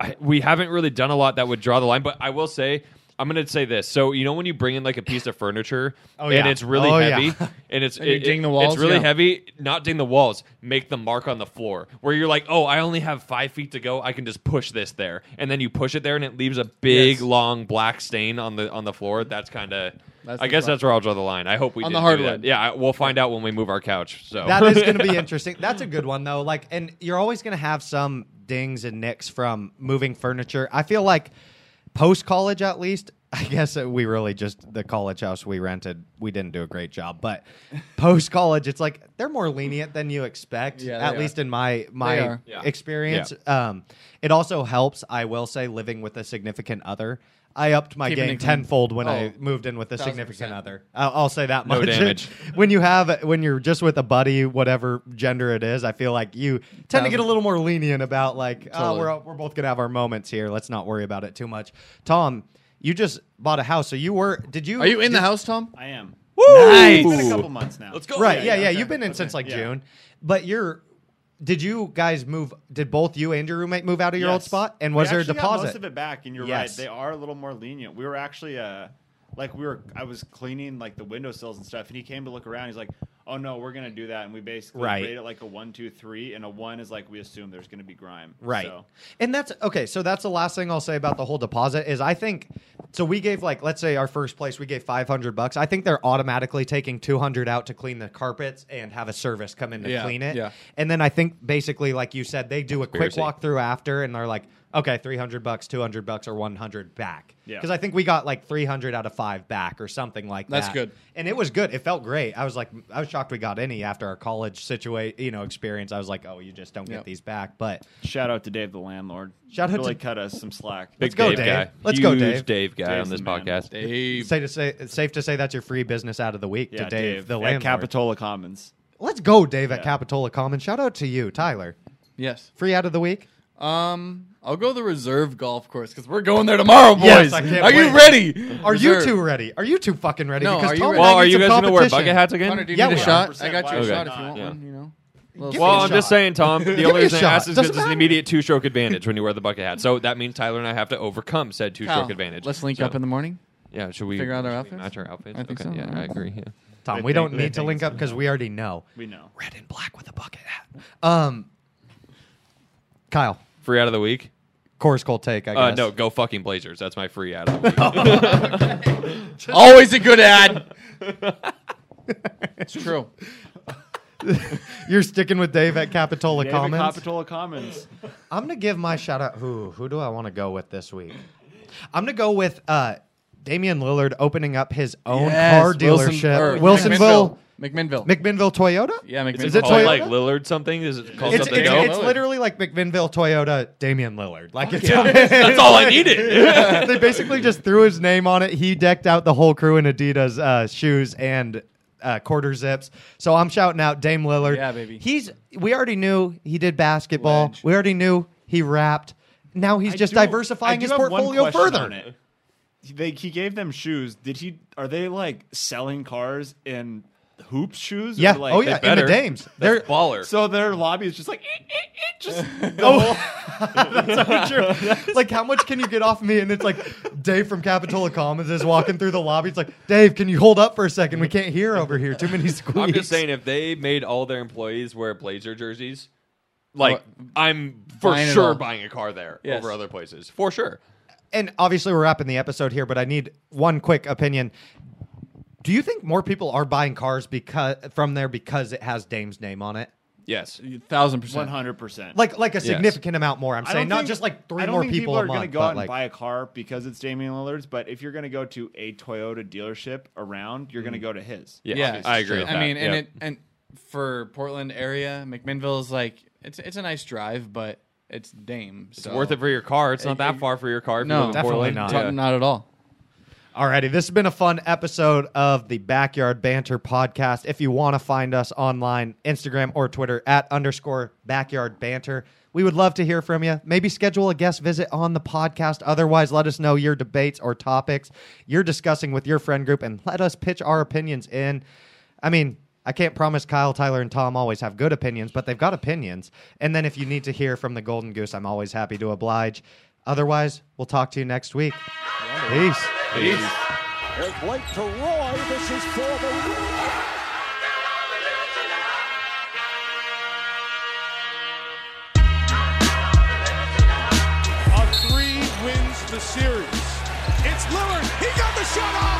I, we haven't really done a lot that would draw the line. But I will say, I'm going to say this. So you know when you bring in like a piece of furniture
Oh,
and
yeah.
it's really
Oh,
heavy
yeah.
and it's
And you
it-
ding the
it-
walls?
it's really
Yeah.
heavy, not ding the walls, make the mark on the floor where you're like, oh, I only have five feet to go. I can just push this there, and then you push it there, and it leaves a big
Yes.
long black stain on the on the floor. That's kind of.
That's
I
the
guess
problem.
that's where I'll draw the line. I hope we
On
didn't
the
do that.
hardwood.
Yeah, I, we'll find out when we move our couch. So
That is going to be interesting. That's a good one though. Like, and you're always going to have some dings and nicks from moving furniture. I feel like post college, at least. I guess that we really just the college house we rented. We didn't do a great job, but post college, it's like they're more lenient than you expect.
Yeah, they
at
are.
least in my
They
my
are.
Yeah.
experience. Um, it also helps. I will say living with a significant other. I upped my
Keeping
game
it clean.
tenfold when I
Oh,
moved in with a
thousand
significant
percent.
other. I'll, I'll say that
No
much.
damage.
when you have when you're just with a buddy, whatever gender it is, I feel like you tend to get a
Thousand-
little more lenient about like oh,
Totally.
we're we're both gonna have our moments here. Let's not worry about it too much. Tom, you just bought a house, so you were did you
Are you in the
did-
house, Tom?
I am.
Nice.
It's been a couple months now.
Let's go.
Right. Yeah.
Yeah,
Yeah.
yeah,
You've been in since like
Yeah.
June, but you're. Did you guys move? Did both you and your roommate move out of your old
Yes.
spot? And
We
was there a
actually got most of
deposit?
it back, and you're
Yes.
right. They are a little more lenient. We were actually, uh, like, we were. I was cleaning like the windowsills and stuff, and he came to look around. He's like, "Oh no, we're gonna do that," and we basically
Right.
rate it like a one, two, three, and a one is like we assume there's gonna be grime.
Right.
So,
And that's okay. So that's the last thing I'll say about the whole deposit is I think so we gave like let's say our first place we gave 500 bucks. I think they're automatically taking 200 out to clean the carpets and have a service come in to
Yeah,
clean it.
yeah.
And then I think basically like you said they do a quick
Conspiracy.
walkthrough after and they're like okay 300 bucks, 200 bucks or 100 back.
Yeah.
Cuz I think we got like 300 out of 5 back or something like
That's
that.
good.
And it was good. It felt great. I was like I was shocked we got any after our college situation, you know, experience. I was like, "Oh, you just don't get
Yep.
these back." But
shout out to Dave, the landlord.
Shout out
really
to-
cut us some slack.
Let's go, Dave.
guy.
Let's
Huge
go, Dave.
guy
Dave's
on this
the man.
podcast.
Dave.
Say to say, it's safe to say that's your free business out of the week
yeah,
to Dave, the
at
landlord.
Capitola Commons.
Let's go, Dave at
Yeah.
Capitola Commons. Shout out to you, Tyler.
Yes.
Free out of the week.
Um, I'll go the reserve golf course because we're going there tomorrow, boys.
Yes, I can't
are you
wait.
ready?
Are
Reserve.
you two ready? Are you two fucking ready?
No,
because
are you
Tom
ready?
and I
Well, are
need
you
some
guys going to wear
competition.
bucket hats again?
Connor, do you
Yeah,
need a
we are.
shot? I got you a
Okay.
shot if you want
Yeah.
one. You know. Little
Give
Well,
me a
I'm just
shot.
saying, Tom. The
Give me
only
a
reason I
shot.
asked is
Doesn't
because it's an
matter.
immediate two-stroke advantage when you wear the bucket hat. So that means Tyler and I have to overcome said
Kyle,
two-stroke advantage.
Let's link
So-
up in the morning.
yeah. Should we
figure out our
should we
outfits?
Match our outfits.
I think
okay.
so.
Yeah,
All
I
right.
agree. Yeah.
Tom,
They
we don't
think- they
need to
think
link
so.
up because we already know.
We know.
Red and black with a bucket hat. Um, Kyle,
Free out of the week.
Coors Cold take. I
Uh,
guess.
no, go fucking Blazers. That's my free out of the week.
Always a good ad. it's true.
you're sticking with Dave at Capitola
Dave at
Commons.
Capitola Commons.
I'm gonna give my shout out. Who who do I want to go with this week? I'm gonna go with uh, Damian Lillard opening up his own
Yes,
car
Wilson- or
dealership, Wilsonville,
McMinville.
McMinnville Toyota.
yeah, McMinnville.
Is
it
it called
Toyota?
like Lillard something? Is it called
It's, it's,
something else?
it's literally like McMinnville Toyota, Damian Lillard. Like it's
That's all I needed.
they basically just threw his name on it. He decked out the whole crew in Adidas uh, shoes and uh, quarter zips. So I'm shouting out Dame Lillard.
Yeah, baby.
He's we already knew he did basketball.
Wedge.
We already knew he rapped. Now he's
I
just
do- I
diversifying
do
his
have one
portfolio
question
further.
on it. They, he gave them shoes. Did he? Are they like selling cars in hoop shoes? Or,
Yeah.
like-
oh yeah.
they
And the
better.
dames. They're
baller.
So their lobby is just like "Eh, eh, eh," just
like, how much can you get off me? And it's like Dave from Capitola Commons is walking through the lobby. It's like, Dave, can you hold up for a second? We can't hear over here. Too many squeaks.
I'm just saying, if they made all their employees wear Blazer jerseys, like I'm for
Buying it
sure
all.
buying a car there
Yes.
over other places for sure.
And obviously, we're wrapping the episode here, but I need one quick opinion. Do you think more people are buying cars because from there because it has Dame's name on it?
Yes,
thousand
one
percent.
hundred percent.
Like, like a significant amount more. I'm saying not just like three
I don't
more
think
people,
people
a
are gonna
month,
go
but,
out and
like-
buy a car because it's Damian Lillard's. But if you're going to go to a Toyota dealership around, you're going
Mm.
to go to his.
yeah,
Yeah,
I agree. With
I
that.
mean, and
Yeah.
it and for Portland area, McMinnville is like it's it's a nice drive, but it's Dame. So.
it's worth it for your car. It's not that far for your car. If you
No,
live in
Definitely
Portland.
not.
Yeah.
Not at all.
Alrighty, this has been a fun episode of the Backyard Banter podcast. If you want to find us online, Instagram or Twitter at underscore backyard banter, we would love to hear from you. Maybe schedule a guest visit on the podcast. Otherwise, let us know your debates or topics you're discussing with your friend group and let us pitch our opinions in. I mean, I can't promise Kyle, Tyler, and Tom always have good opinions, but they've got opinions. And then if you need to hear from the Golden Goose, I'm always happy to oblige. Otherwise, we'll talk to you next week. Peace.
Here's Blake to Roy. This is for the win.
A three wins the series. It's Lillard. He got the shot off.